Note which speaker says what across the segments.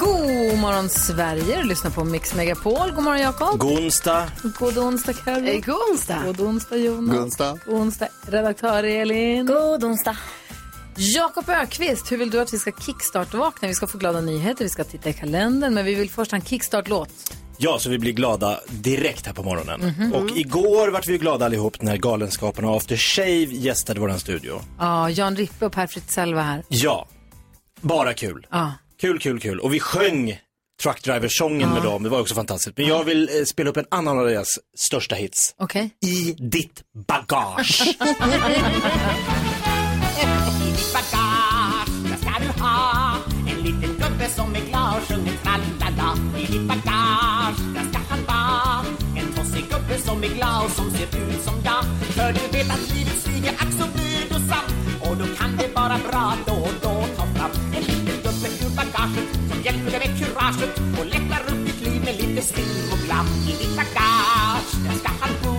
Speaker 1: God morgon Sverige, du lyssnar på Mix Megapol. God morgon Jakob.
Speaker 2: God onsdag.
Speaker 1: God onsdag Carro.
Speaker 3: God onsdag!
Speaker 1: Eh, God onsdag Jonas.
Speaker 4: God onsdag.
Speaker 1: God onsdag redaktör Elin.
Speaker 3: God onsdag!
Speaker 1: Jakob Ökvist, hur vill du att vi ska kickstart-vakna? Vi ska få glada nyheter, vi ska titta i kalendern, men vi vill först ha en kickstart-låt.
Speaker 2: Ja, så vi blir glada direkt här på morgonen. Och igår vart vi ju glada allihop när Galenskaparna och After Shave gästade våran studio.
Speaker 1: Ja, Jan Rippe och Per Fritzell var här.
Speaker 2: Ja, bara kul.
Speaker 1: Ja.
Speaker 2: Kul, kul, kul. Och vi sjöng Truckdriver-sången med dem. Det var också fantastiskt. Men jag vill eh, spela upp en annan av deras största hits.
Speaker 1: Okej.
Speaker 2: I ditt bagage.
Speaker 5: i ditt bagage Där ska du ha en liten gubbe som är glad och sjunger tralala I ditt bagage, där ska han vara En tossig gubbe som är glad och som ser ut som jag För du vet att livet stiger ack så mödosamt Och då kan det vara bra att då och då ta fram En liten gubbe ur bagaget som hjälper dig med kuraget och lättar upp ditt liv med lite stim och glam I ditt bagage, där ska han bo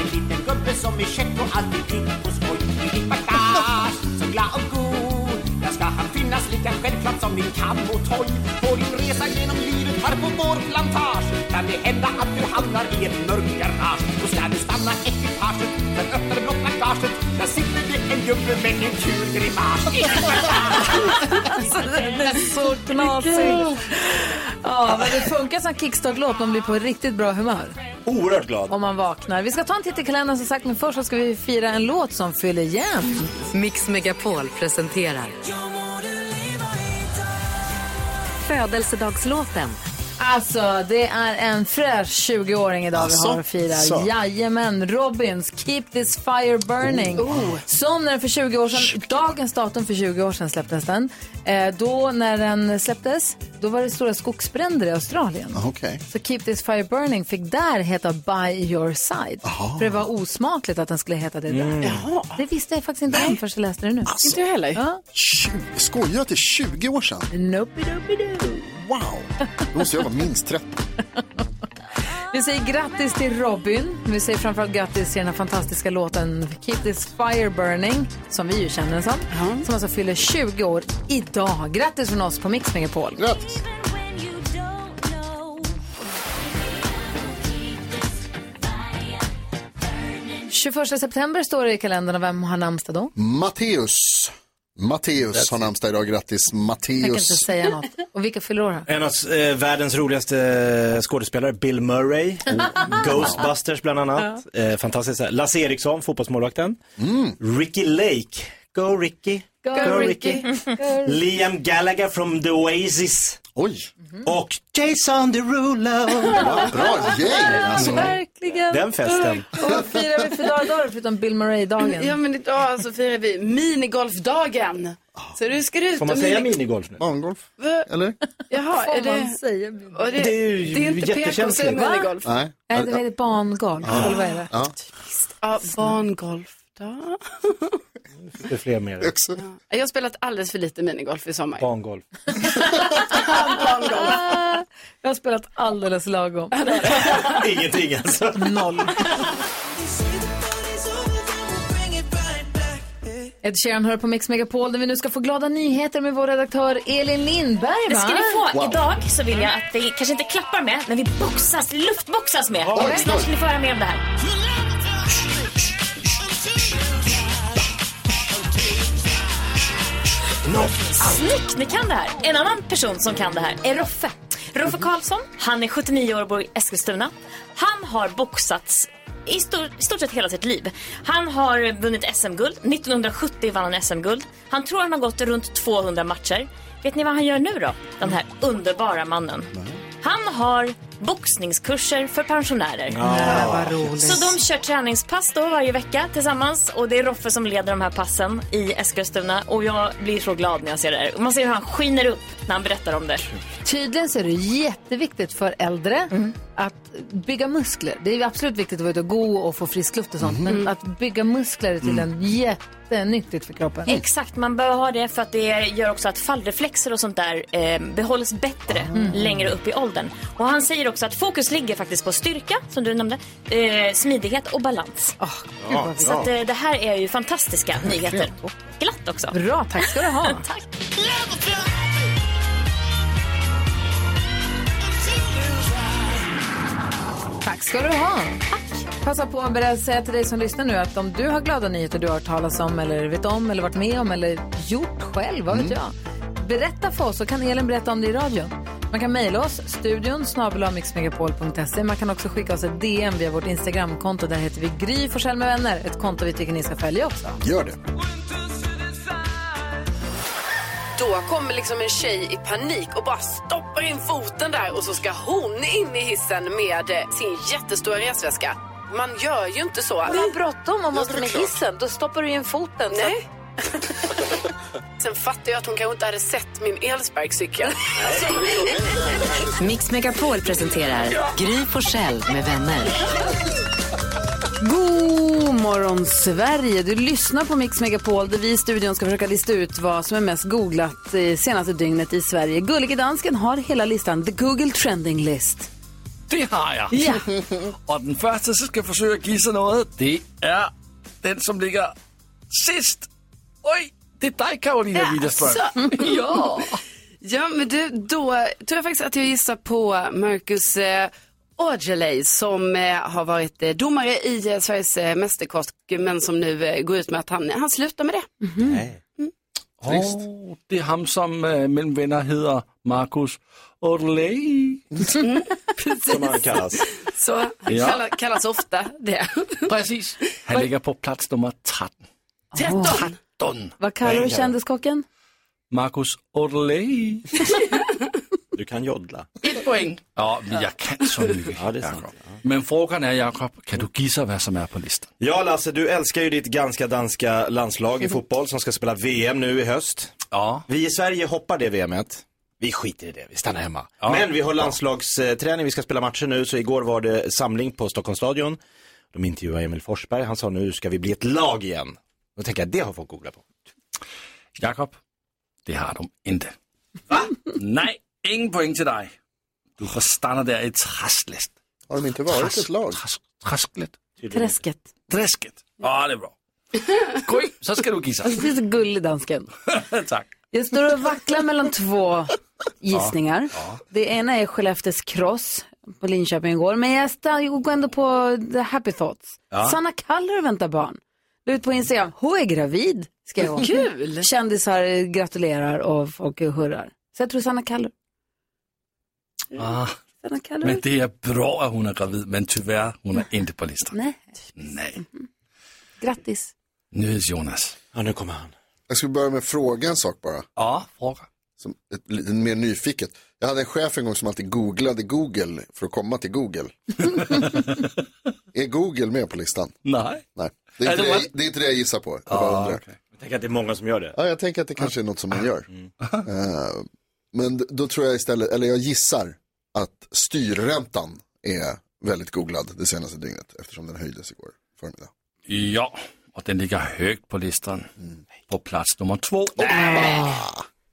Speaker 5: En liten gubbe som är käck och alltid pigg på skoj I ditt bagage, så glad och god Där ska han finnas lika självklart som din kam och toj På din resa genom livet här på vår plantage Kan det hända att du hamnar i ett mörkt garage Då ska du stanna ekipaget, sen öppnar du blott bagaget Där sitter det en gubbe med en kul grimas I ditt bagage
Speaker 1: Den är så knasig. Ja, men det funkar som kickstart-låt. Man blir på riktigt bra humör
Speaker 2: Oerhört glad.
Speaker 1: om man vaknar. Vi ska ta en titt i kalendern som sagt, men först så ska vi fira en låt som fyller jämnt.
Speaker 3: Mix Megapol presenterar Födelsedagslåten.
Speaker 1: Alltså, det är en fräsch 20-åring idag vi har att fira.
Speaker 4: så.
Speaker 1: Jajamän, Robins Keep This Fire Burning. Som när den för 20 år sedan, dagens datum för 20 år sedan släpptes den. Eh, då när den släpptes, då var det stora skogsbränder i Australien.
Speaker 4: Okej.
Speaker 1: Så Keep This Fire Burning fick där heta By Your Side. För det var osmakligt att den skulle heta det där. Det visste jag faktiskt inte om förrän jag läste det nu.
Speaker 4: Inte
Speaker 6: jag heller.
Speaker 1: Ja.
Speaker 4: Tju- Skojar att det är 20 år sedan?
Speaker 1: Nope, nope, nope.
Speaker 4: Wow! Då måste jag vara minst 30.
Speaker 1: Vi säger grattis till Robin. Vi säger framförallt grattis till den här fantastiska låten Keep this fire burning, som vi ju känner den som. Som alltså fyller 20 år idag. Grattis från oss på Mix Megapol.
Speaker 4: Grattis!
Speaker 3: Mix
Speaker 1: 21 september står det i kalendern och vem har namnsdag då?
Speaker 4: Matteus. Matteus har namnsdag idag. Grattis
Speaker 1: Tänker
Speaker 4: Matteus.
Speaker 1: inte säga något. Och vilka fyller år här?
Speaker 2: En av eh, världens roligaste eh, skådespelare, Bill Murray. Ghostbusters bland annat. Eh, fantastiskt. Lasse Eriksson, fotbollsmålvakten.
Speaker 4: Mm.
Speaker 2: Ricky Lake. Go Ricky.
Speaker 1: Go, Ricky.
Speaker 2: Liam Gallagher from The Oasis.
Speaker 4: Oj,
Speaker 1: Mhm.
Speaker 2: Och Jason Derulo.
Speaker 4: vad bra gäng alltså.
Speaker 1: Verkligen.
Speaker 2: Den festen.
Speaker 1: Och vad firar vi för dag idag då, förutom Bill
Speaker 6: Ja,
Speaker 1: Murray-dagen?
Speaker 6: men idag så firar vi minigolfdagen. Så du ska ut
Speaker 2: Ah. Får man
Speaker 6: och
Speaker 2: säga
Speaker 6: mini-
Speaker 2: minigolf nu?
Speaker 4: Barngolf, eller?
Speaker 6: Jaha, är det...
Speaker 1: säga?
Speaker 6: Och det,
Speaker 2: Det är ju
Speaker 6: det är inte PK att säga
Speaker 2: jättekänsligt. Ah. Va?
Speaker 6: minigolf.
Speaker 4: Nej.
Speaker 1: Nej, det är ett barngolf. Eller vad är det?
Speaker 4: Ja,
Speaker 6: Ja, barngolfdag.
Speaker 2: Det är fler med det.
Speaker 4: också.
Speaker 6: Jag har spelat alldeles för lite minigolf i sommar.
Speaker 2: Barngolf.
Speaker 6: Barngolf.
Speaker 1: Ah, Jag har spelat alldeles lagom.
Speaker 2: Ingenting alltså.
Speaker 1: Noll. Ed Sheeran hör på Mix Megapol där vi nu ska få glada nyheter med vår redaktör Elin Lindberg.
Speaker 7: Det ska
Speaker 1: va?
Speaker 7: ni få. Idag så vill jag att vi kanske inte klappar med, men vi boxas, luftboxas med.
Speaker 2: Oj,
Speaker 7: Och Snart ska ni få höra mer om det här. Snyggt, ni kan det här. En annan person som kan det här är Roffe. Roffe Karlsson, han är 79 år och bor i Eskilstuna. Han har boxats i stor, i stort sett hela sitt liv. Han har vunnit SM-guld. 1970 vann han SM-guld. Han tror han har gått runt 200 matcher. Vet ni vad han gör nu då? Den här underbara mannen. Han har boxningskurser för pensionärer.
Speaker 1: Ja. Nej, Ah, vad roligt.
Speaker 7: Så de kör träningspass då varje vecka tillsammans och det är Roffe som leder de här passen i Eskilstuna och jag blir så glad när jag ser det här. Och Man ser hur han skiner upp när han berättar om det.
Speaker 1: Tydligen så är det jätteviktigt för äldre att bygga muskler. Det är absolut viktigt att vara ute och gå och få frisk luft och sånt. Men
Speaker 7: Mm.
Speaker 1: att bygga muskler är tydligen jättenyttigt för kroppen.
Speaker 7: Exakt, man behöver ha det för att det gör också att fallreflexer och sånt där eh, behålls bättre
Speaker 1: Mm.
Speaker 7: längre upp i åldern. Och han säger också att fokus ligger faktiskt på styrka, som du nämnde, eh, smidighet och balans.
Speaker 1: Ah, gud vad
Speaker 7: Så att, eh, det här är ju fantastiska nyheter. Och glatt också.
Speaker 1: Bra, tack ska du ha.
Speaker 7: tack.
Speaker 1: Tack ska du ha. Passa på att berätta, säga till dig som lyssnar nu att om du har glada nyheter du har hört talas om eller vet om eller varit med om eller gjort själv, vad vet
Speaker 8: Mm.
Speaker 1: jag? Berätta för oss så kan Elin berätta om det i radion. Man kan mejla oss, studion snabel-a-mixmegapol.se. Man kan också skicka oss ett DM via vårt Instagramkonto. Där heter vi Gry Forssell med vänner. Ett konto vi tycker ni ska följa också.
Speaker 4: Gör det.
Speaker 8: Då kommer liksom en tjej i panik och bara stoppar in foten där och så ska hon in i hissen med eh, sin jättestora resväska. Man gör ju inte så.
Speaker 1: Man har bråttom och måste med
Speaker 8: klart.
Speaker 1: hissen. Då stoppar du in foten. så
Speaker 8: Nej. Sen fattar jag att hon kanske inte hade sett min elsparkcykel.
Speaker 3: Mix Megapol presenterar Gry Forssell med vänner.
Speaker 1: God morgon Sverige! Du lyssnar på Mix Megapol där vi i studion ska försöka lista ut vad som är mest googlat eh, senaste dygnet i Sverige. Gullige dansken har hela listan, the Google trending list.
Speaker 9: Det har jeg.
Speaker 1: Ja.
Speaker 9: Og den første, så skal forsøge at give sig noget, det er den, som ligger sidst. Oj, det er dig, Karolina ja, Widerström.
Speaker 6: ja. ja, men du, då tror jag faktiskt att jag gissar på Marcus eh, Aujalay som eh, har varit eh, domare i eh, Sveriges eh, mästerkock men som nu eh, går ut med att han, han slutar med det.
Speaker 9: Trist. Oh, det er ham, som øh, mellem venner hedder Markus Orley.
Speaker 6: Som
Speaker 9: han kaldes.
Speaker 6: Så
Speaker 9: Ja.
Speaker 6: kallas, kallas ofta det.
Speaker 9: Precis. Han ligger på plats nummer 13.
Speaker 6: 13.
Speaker 9: Don.
Speaker 1: Vad kallar du kändiskocken?
Speaker 9: Markus Orley.
Speaker 2: Du kan joddla.
Speaker 9: Et poäng. Ja, men jag kan så mycket.
Speaker 2: Ja, det är sant.
Speaker 9: Jakob. Men frågan är, Jakob, kan du gissa vad som är på listan?
Speaker 2: Ja, Lasse, du älskar ju ditt ganska danska landslag
Speaker 1: Mm.
Speaker 2: i fotboll som ska spela VM nu i höst.
Speaker 9: Ja.
Speaker 2: Vi i Sverige hoppar det VMet. Vi skiter i det, vi stannar hemma. Men vi har landslagsträning, vi ska spela matcher nu, så igår var det samling på Stockholmsstadion. De intervjuade Emil Forsberg, han sa nu ska vi bli ett lag igen. Då tänker jag, det har folk googlat på.
Speaker 9: Jakob, det har de inte. Nej, ingen poäng till dig. Du får stanna där i trasslet.
Speaker 4: Har de inte varit ett lag?
Speaker 9: Trasklet.
Speaker 1: Träsket.
Speaker 9: Träsket. Ja, det är bra. Skoj, så ska du gissa.
Speaker 1: Alltså, det är så gullig dansken.
Speaker 9: Tack.
Speaker 1: Jag står och vacklar mellan två gissningar. Det ena är Skellefteås cross på Linköping igår, men jag stann- går ändå på the happy thoughts.
Speaker 8: Ja.
Speaker 1: Sanna Kallur väntar barn. La ut på Instagram, hon är gravid, skrev hon.
Speaker 6: Kul!
Speaker 1: Kändisar gratulerar och folk hurrar. Så jag tror Sanna Kallur.
Speaker 9: Ah,
Speaker 1: Sanna Kallur.
Speaker 9: men det är bra att hon är gravid, men tyvärr, hon är inte på listan.
Speaker 1: Nej,
Speaker 9: Nej.
Speaker 1: Mhm. grattis.
Speaker 9: Nyhets-Jonas.
Speaker 2: Ja, nu kommer han.
Speaker 4: Jag skulle börja med att fråga en sak bara.
Speaker 9: Ja, fråga.
Speaker 4: Som ett, lite mer nyfiket. Jag hade en chef en gång som alltid googlade Google för att komma till Google. är Google med på listan?
Speaker 9: Nej.
Speaker 4: Nej. Det är,
Speaker 2: Nej,
Speaker 4: inte
Speaker 2: det
Speaker 4: det,
Speaker 2: var-
Speaker 4: jag, det är inte det jag gissar på. Jag
Speaker 2: Ah,
Speaker 4: bara undrar.
Speaker 2: okej. Jag tänker att det är många som gör det.
Speaker 4: Ja, jag tänker att det kanske är något som man gör. Eh, men d- då tror jag istället, eller jag gissar att styrräntan är väldigt googlad det senaste dygnet eftersom den höjdes igår förmiddag.
Speaker 9: Ja, och den ligger högt på listan. På plats nummer två.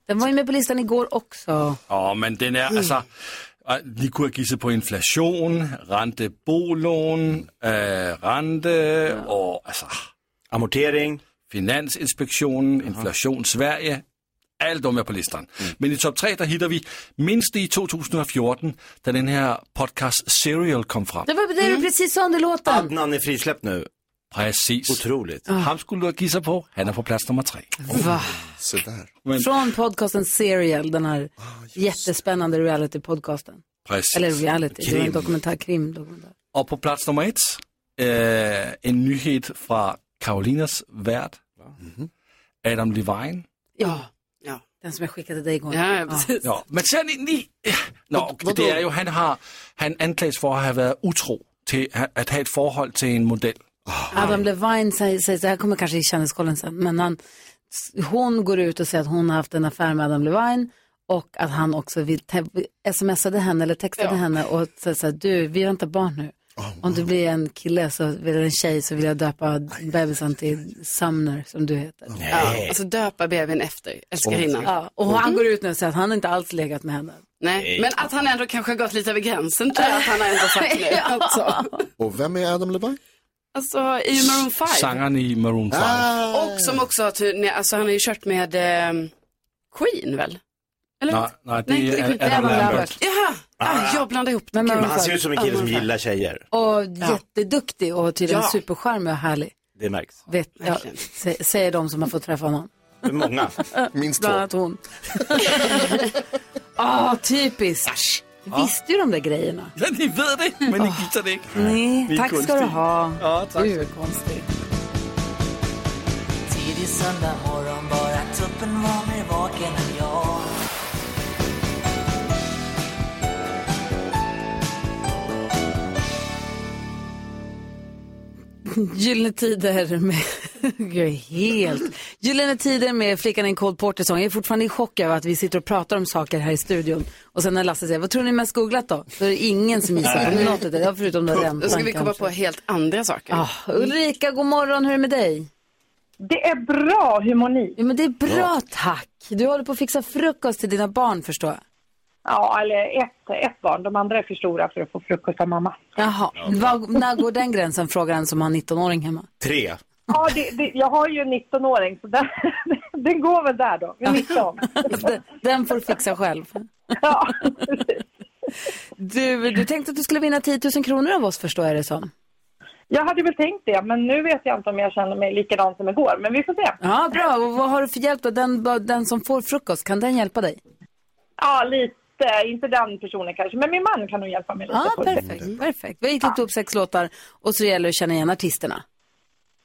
Speaker 1: Den var ju med på listan igår också.
Speaker 9: Ja, men den är alltså, äh, ni kunde ha gissat på inflation, räntebolån, äh, ränte och alltså.
Speaker 2: Amortering.
Speaker 9: Finansinspektionen, inflation Sverige, allt de är på listan.
Speaker 2: Mm.
Speaker 9: Men i topp tre där hittar vi minst i 2014, där den här podcast Serial kom Mm. fram.
Speaker 1: Det var det du precis sa under låten.
Speaker 2: Adnan är frisläppt nu.
Speaker 9: Precis.
Speaker 2: Otroligt.
Speaker 1: Ah.
Speaker 9: Han skulle du ha gissat på, han är på plats nummer tre.
Speaker 1: Va?
Speaker 4: Så där.
Speaker 9: Men, Ah,
Speaker 1: Från podcasten Serial, den här jättespännande reality-podcasten.
Speaker 9: Precis.
Speaker 1: Eller reality, det var en
Speaker 9: Krim.
Speaker 1: dokumentär, krimdokumentär.
Speaker 9: Och på plats nummer ett, eh, en nyhet från Karolinas värld.
Speaker 1: Mm-hmm.
Speaker 9: Adam Levine.
Speaker 1: Ja. ja, den som jag skickade dig igår.
Speaker 6: Ja, ja, precis.
Speaker 9: Ja, men sen ni... eh, Nå,
Speaker 6: Vad- vadå?
Speaker 9: det är ju, han har, Han anklages for at have været utro til at have et forhold til en model.
Speaker 1: Adam Levine säger, säger så här kommer kanske i kändiskollen sen, men han, s- hon går ut och säger att hon har haft en affär med Adam Levine och att han också vill te- smsade henne eller textade henne och säger så här, du, vi väntar barn nu.
Speaker 2: Oh,
Speaker 1: Om du blir en kille så, eller en tjej så vill jag döpa bebisen till Sumner som du heter.
Speaker 6: Ja, alltså döpa bebisen efter älskarinnan.
Speaker 1: Ja, och han går ut nu och säger att han inte alls legat med henne.
Speaker 6: Nej, men att han ändå kanske har gått lite över gränsen tror jag att han har ändå sagt nu.
Speaker 1: Ja.
Speaker 6: Alltså,
Speaker 4: Och vem är Adam Levine?
Speaker 6: alltså i Maroon 5.
Speaker 9: Sangeren i Maroon 5.
Speaker 1: Ah.
Speaker 6: Och som också har turné, alltså han har ju kört med eh, Queen väl? Eller?
Speaker 9: Nej, nej, det
Speaker 6: inte
Speaker 9: är
Speaker 6: Queen.
Speaker 9: Adam Lambert.
Speaker 6: Jaha, ah, jag blandade ihop det.
Speaker 2: Men
Speaker 6: Gud.
Speaker 2: han ser ut som en kille som gillar tjejer.
Speaker 1: Och jätteduktig och tydligen
Speaker 6: Ja.
Speaker 1: supercharmig och härlig.
Speaker 2: Det märks.
Speaker 1: Vet, ja, sä- säger de som har fått träffa honom.
Speaker 2: Med många.
Speaker 4: Minst
Speaker 1: Bland annat hon. Ah, typiskt. Visste ju de där grejerna.
Speaker 9: Ja, ni ved det, men ni gifter det ikke.
Speaker 1: Nej,
Speaker 9: Vi er
Speaker 1: tack ska du
Speaker 9: kunstige.
Speaker 1: ha.
Speaker 9: Ja, tak.
Speaker 1: Du är konstig.
Speaker 10: Tidig söndag morgon, bara tuppen var mer vaken än jag
Speaker 1: Gyllene tider med... Jag är helt... Gyllene tider med Flickan i en cold porter-sång. Jag är fortfarande i chock över att vi sitter och pratar om saker här i studion. Och sen när Lasse säger, vad tror ni mest googlat då? Så är det ingen som gissar på
Speaker 6: Nej.
Speaker 1: något av det. Ja, Förutom då den.
Speaker 6: Då ska vi komma
Speaker 1: kanske.
Speaker 6: på helt andra saker.
Speaker 1: Ah, Ulrika, god morgon. Hur är det med dig? Det är bra. Hur mår ni? Ja, men det är bra, tack. Du håller på att fixa frukost till dina barn, förstår jag.
Speaker 11: Ja, eller ett, ett barn. De andra är för stora för att få frukost av mamma.
Speaker 1: Jaha. Var, när går den gränsen, frågar en som har 19-åring hemma.
Speaker 2: Tre.
Speaker 11: Ja, det, det, jag har ju en 19-åring, så den, den går väl där då, vid 19.
Speaker 1: Den- Den får du fixa själv. Du, du tänkte att du skulle vinna 10 000 kronor av oss, förstår jag det som.
Speaker 11: Jag hade väl tänkt det, men nu vet jag inte om jag känner mig likadan som igår, men vi får se.
Speaker 1: Ja, bra. Och vad har du för hjälp då? Den, den som får frukost, kan den hjälpa dig?
Speaker 11: Ja, lite. Inte den personen kanske, men min man kan nog hjälpa mig lite.
Speaker 1: Ja,
Speaker 11: på det.
Speaker 1: perfekt. perfekt. Vi har klippt upp sex låtar och så gäller det att känna igen artisterna.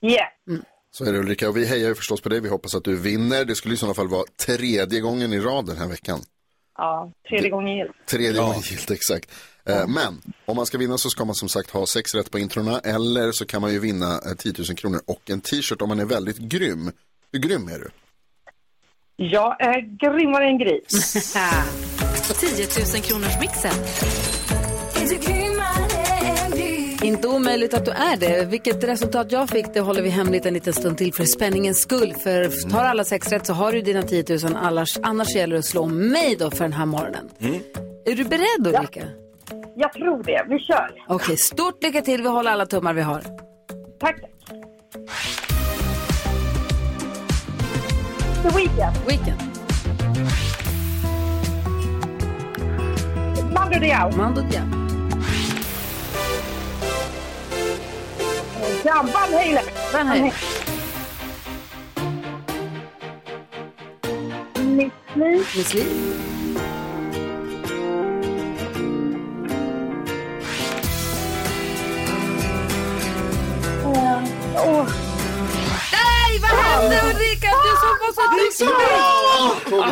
Speaker 11: Yeah.
Speaker 4: Så är det Ulrika, och vi hejar ju förstås på dig. Vi hoppas att du vinner. Det skulle i sådana fall vara tredje gången i rad den här veckan.
Speaker 11: Ja, tredje gången gillt.
Speaker 4: Tredje gången gillt, exakt. Eh, Men om man ska vinna så ska man som sagt ha sex rätt på introna eller så kan man ju vinna eh, 10 000 kronor och en t-shirt om man är väldigt grym. Hur grym är du?
Speaker 11: Jag är grymmare än gris.
Speaker 3: 10 000 kronors mixen.
Speaker 1: Inte omöjligt att du är det. Vilket resultat jag fick det håller vi hemligt en liten stund till för spänningens skull. För tar alla sex rätt så har du dina 10 000 annars, annars gäller det att slå mig då för den här morgonen. Är du beredd Ulrika?
Speaker 11: Jag tror det. Vi kör.
Speaker 1: Okej, stort lycka till. Vi håller alla tummar vi har.
Speaker 11: Tack. The Weeknd.
Speaker 1: Weekend.
Speaker 11: Mando Diao.
Speaker 1: Mando Diao.
Speaker 11: Ja, Van Halen.
Speaker 1: Van Halen.
Speaker 11: Miss Li.
Speaker 1: Miss Li.
Speaker 11: Åh. Åh.
Speaker 1: Nej, vad hände Ulrika? Du som var så duktig!
Speaker 11: Jag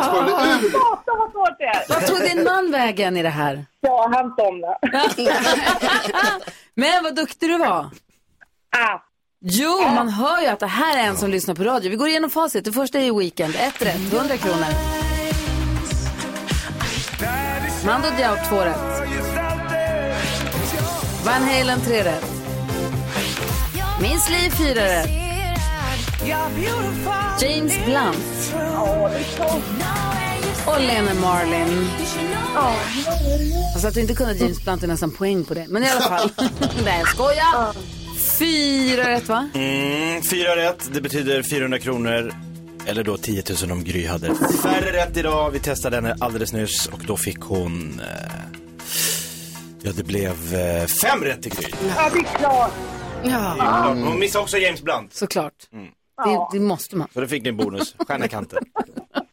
Speaker 11: hatar vad svårt det är.
Speaker 1: Vad tog din man vägen i det här?
Speaker 11: Ja, han somnade.
Speaker 1: Men vad duktig du var.
Speaker 11: Ah.
Speaker 1: Jo, man hör ju att det här är en som lyssnar på radio. Vi går igenom facit. Det första är Weekend. Ett rätt, 100 kronor. Mando Diao, två rätt. Van Halen, tre rätt. Miss Li, fyra rätt. James Blunt. Och Lena Marlin. Alltså att du inte kunde James Blunt är nästan poäng på det. Men i alla fall. Nej, jag skojar. Fyra rätt, va?
Speaker 2: Mm, fyra rätt, det betyder 400 kronor. Eller då 10 000 om Gry hade färre rätt idag. Vi testade henne alldeles nyss och då fick hon... Eh, ja, det blev eh, fem rätt till Gry.
Speaker 11: Ja, det är klart.
Speaker 2: Mm. Hon missade också James Blunt.
Speaker 1: Såklart.
Speaker 2: Mm.
Speaker 1: Det, det måste man.
Speaker 2: Så då fick ni en bonus, stjärna i kanten.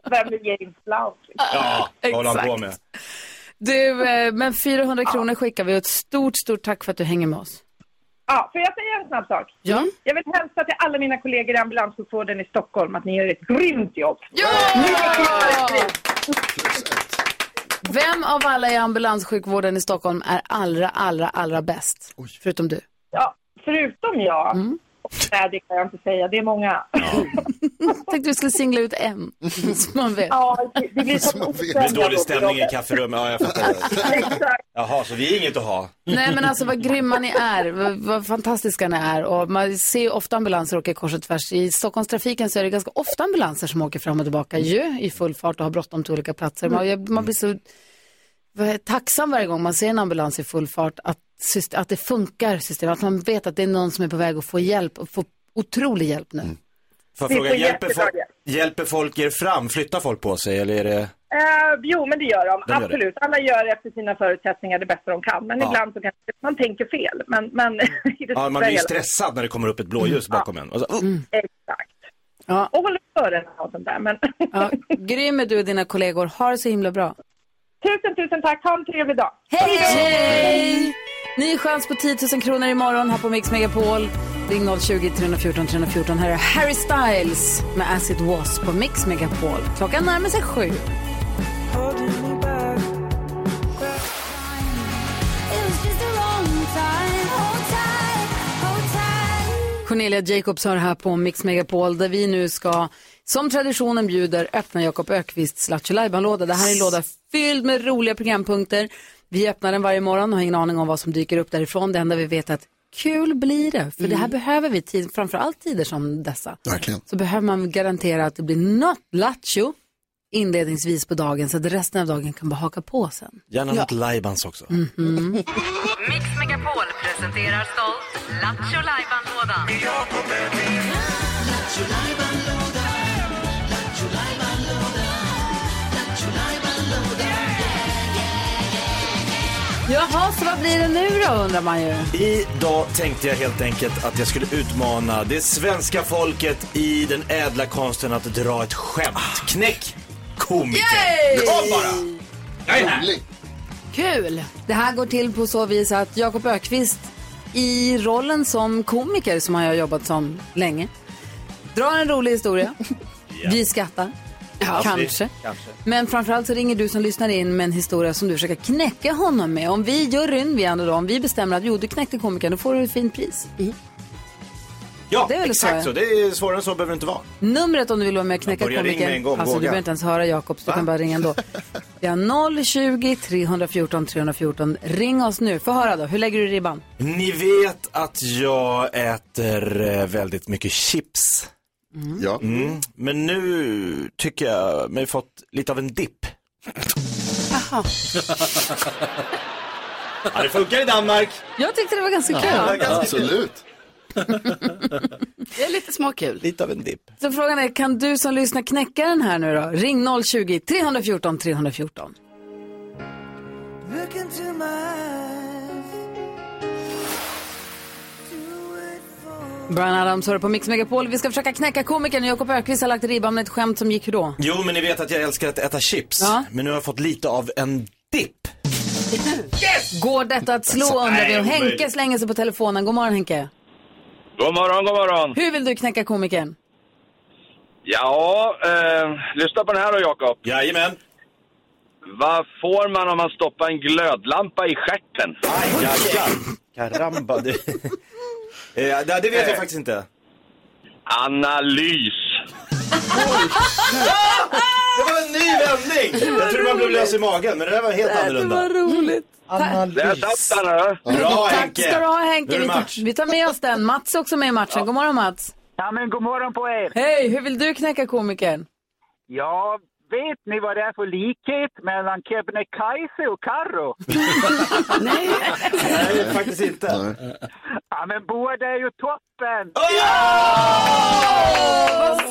Speaker 11: Vem är James Blount?
Speaker 2: Ja, vad håller han på med?
Speaker 1: Du, eh, men 400 kronor skickar vi och ett stort, stort tack för att du hänger med oss.
Speaker 11: Ja, får jag säga en snabb sak?
Speaker 1: Ja.
Speaker 11: Jag vill hälsa till alla mina kollegor i ambulanssjukvården i Stockholm att ni gör ett grymt jobb.
Speaker 1: Ja! Vem av alla i ambulanssjukvården i Stockholm är allra, allra, allra bäst? Förutom du.
Speaker 11: Ja, förutom jag.
Speaker 1: Mm.
Speaker 11: Och nej, det kan jag inte säga. Det är många.
Speaker 1: Tänkte du skulle singla ut en, så man vet.
Speaker 11: Ja, det, det blir som
Speaker 2: Med dålig stämning i kafferummet, ja jag fattar. Jaha, så vi är inget att ha.
Speaker 1: Nej men alltså vad grymma ni är, vad, vad fantastiska ni är. Och man ser ju ofta ambulanser åka kors och tvärs. I Stockholmstrafiken så är det ganska ofta ambulanser som åker fram och tillbaka ju, i full fart och har bråttom till olika platser. Man, jag, man blir så vad är- tacksam varje gång man ser en ambulans i full fart, att, syst- att det funkar systemet, att man vet att det är någon som är på väg att få hjälp, och få otrolig hjälp
Speaker 11: Mm.
Speaker 1: nu.
Speaker 2: Får jag
Speaker 11: Vi
Speaker 2: fråga,
Speaker 11: får
Speaker 2: hjälper,
Speaker 11: jättebra
Speaker 2: fol- hjälper folk er fram? Flyttar folk på sig eller är det?
Speaker 11: Eh, jo, men det gör de.
Speaker 2: De gör det.
Speaker 11: Absolut. Alla gör efter sina förutsättningar det bästa de kan. Men
Speaker 2: Ja.
Speaker 11: ibland så kanske man tänker fel. Men, men i det
Speaker 2: Ja,
Speaker 11: stora
Speaker 2: man blir ju
Speaker 11: hela-
Speaker 2: stressad när det kommer upp ett blåljus bakom en. Och så, oh,
Speaker 1: Mm.
Speaker 11: Exakt.
Speaker 1: Ja.
Speaker 11: Och håller fören och sånt där. Men...
Speaker 1: Ja, grym är du och dina kollegor, ha det så himla bra.
Speaker 11: Tusen, tusen tack. Ha en trevlig dag.
Speaker 1: Hej! Ny chans på 10 000 kronor imorgon här på Mix Megapol. Ring 020-314 314. Här är Harry Styles med As It Was på Mix Megapol. Klockan närmar sig sju. Cornelia Jacobs har här på Mix Megapol där vi nu ska, som traditionen bjuder, öppna Jakob Ökvists Lattjo låda Det här är en låda fylld med roliga programpunkter. Vi öppnar den varje morgon och har ingen aning om vad som dyker upp därifrån. Det enda vi vet är att kul blir det, för det här behöver vi, tid, framförallt tider som dessa.
Speaker 4: Verkligen.
Speaker 1: Så behöver man garantera att det blir något lattjo inledningsvis på dagen så att resten av dagen kan bara haka på sen.
Speaker 2: gärna något lajbans också.
Speaker 1: Mhm.
Speaker 12: Mix Megapol presenterar stolt Lattjo Lajban-lådan.
Speaker 1: Jaha, så vad blir det nu då undrar man ju.
Speaker 2: Idag tänkte jag helt enkelt att jag skulle utmana det svenska folket i den ädla konsten att dra ett
Speaker 1: Ah.
Speaker 2: skämt. Knäck komiker.
Speaker 1: Yay!
Speaker 2: Kom bara! Jag är här.
Speaker 1: Kul! Det här går till på så vis att Jakob Ökvist i rollen som komiker som han har jobbat som länge drar en rolig historia. Vi skrattar. Kanske.
Speaker 2: Kanske.
Speaker 1: Men framförallt så ringer du som lyssnar in med en historia som du försöker knäcka honom med. Om vi i juryn, vi andra då, om vi bestämmer att jo, du knäckte komikern, då får du ett fint pris.
Speaker 2: Ja,
Speaker 1: Det är väl
Speaker 2: exakt
Speaker 1: så.
Speaker 2: så. Det är svårare än så behöver det inte vara.
Speaker 1: Numret om du vill vara med och knäcka
Speaker 2: Jag börjar ringa med en
Speaker 1: komikern.
Speaker 2: gång,
Speaker 1: Alltså du
Speaker 2: våga.
Speaker 1: behöver inte ens höra Jakob, så du kan bara ringa ändå. Vi har 020 314 314. Ring oss nu. Få höra då, hur lägger du ribban?
Speaker 2: Ni vet att jag äter eh, väldigt mycket chips.
Speaker 4: Ja.
Speaker 2: Mm. Men nu tycker jag mig fått lite av en dipp.
Speaker 1: Jaha.
Speaker 2: Ja, det funkar i Danmark.
Speaker 1: Jag tyckte det var ganska kul.
Speaker 4: Absolut.
Speaker 1: Det är lite småkul.
Speaker 2: Lite av en dipp.
Speaker 1: Så frågan är, kan du som lyssnar knäcka den här nu då? Ring 020-314 314.
Speaker 10: Look into my eyes.
Speaker 1: Brian Adams hör på Mix Megapol. Vi ska försöka knäcka komikern. Jakob Ökvist har lagt ribban med ett skämt som gick hur då?
Speaker 2: Jo, men ni vet att jag älskar att äta chips.
Speaker 1: Ja.
Speaker 2: Men nu har jag fått lite av en dipp.
Speaker 1: Går detta att slå
Speaker 2: Alltså,
Speaker 1: undrar vi.
Speaker 2: nej,
Speaker 1: Och Henke
Speaker 2: omöjligt. Mm.
Speaker 1: slänger sig på telefonen. God morgon Henke.
Speaker 13: God morgon, god morgon.
Speaker 1: Hur vill du knäcka komikern?
Speaker 13: Ja, eh, lyssna på den här då Jakob.
Speaker 2: Jajamän.
Speaker 13: Vad får man om man stoppar en glödlampa i stjärten?
Speaker 2: Karamba, du. Eh, det, det vet jag faktiskt inte.
Speaker 13: Analys.
Speaker 2: Det var en ny vändning! Jag trodde man blev lös i magen, men det där var helt annorlunda.
Speaker 1: roligt.
Speaker 13: Där satt den hörru.
Speaker 2: Bra
Speaker 1: Tack
Speaker 2: Henke!
Speaker 1: ska du ha
Speaker 2: Nu
Speaker 1: Henke.
Speaker 2: är
Speaker 1: Vi
Speaker 2: det
Speaker 1: tar, vi tar med oss den. Mats är också med i matchen. God morgon Mats.
Speaker 14: Ja, men god morgon på er.
Speaker 1: Hej, hur vill du knäcka komikern?
Speaker 14: Ja, vet ni vad det är för likhet mellan Kebnekaise och Karro?
Speaker 2: Nej, faktiskt inte.
Speaker 14: Ja, men båda är ju toppen!
Speaker 6: Vad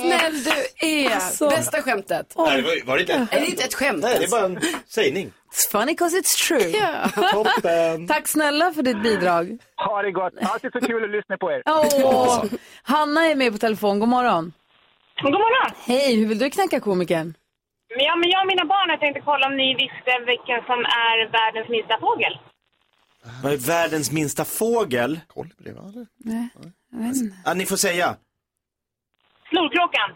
Speaker 6: snäll du är.
Speaker 1: Alltså.
Speaker 6: Bästa skämtet.
Speaker 2: Nej, det var- var det inte?
Speaker 6: Är det inte ett skämt?
Speaker 2: Nej, det är
Speaker 6: ens?
Speaker 2: bara en sägning.
Speaker 1: It's funny cause it's true.
Speaker 2: Toppen.
Speaker 1: Tack snälla för ditt bidrag.
Speaker 14: Ha det gott! Alltid så kul att lyssna på er.
Speaker 1: Åh. Hanna är med på telefon. God morgon.
Speaker 15: God morgon.
Speaker 1: Hej, hur vill du knäcka komikern?
Speaker 15: Ja, men jag och mina barn jag tänkte kolla om ni visste vilken som är världens minsta fågel.
Speaker 2: Vad är världens minsta fågel?
Speaker 4: Kolibri, va?
Speaker 1: Nej, jag vet inte.
Speaker 2: Ja, ni får säga.
Speaker 15: Snorkråkan.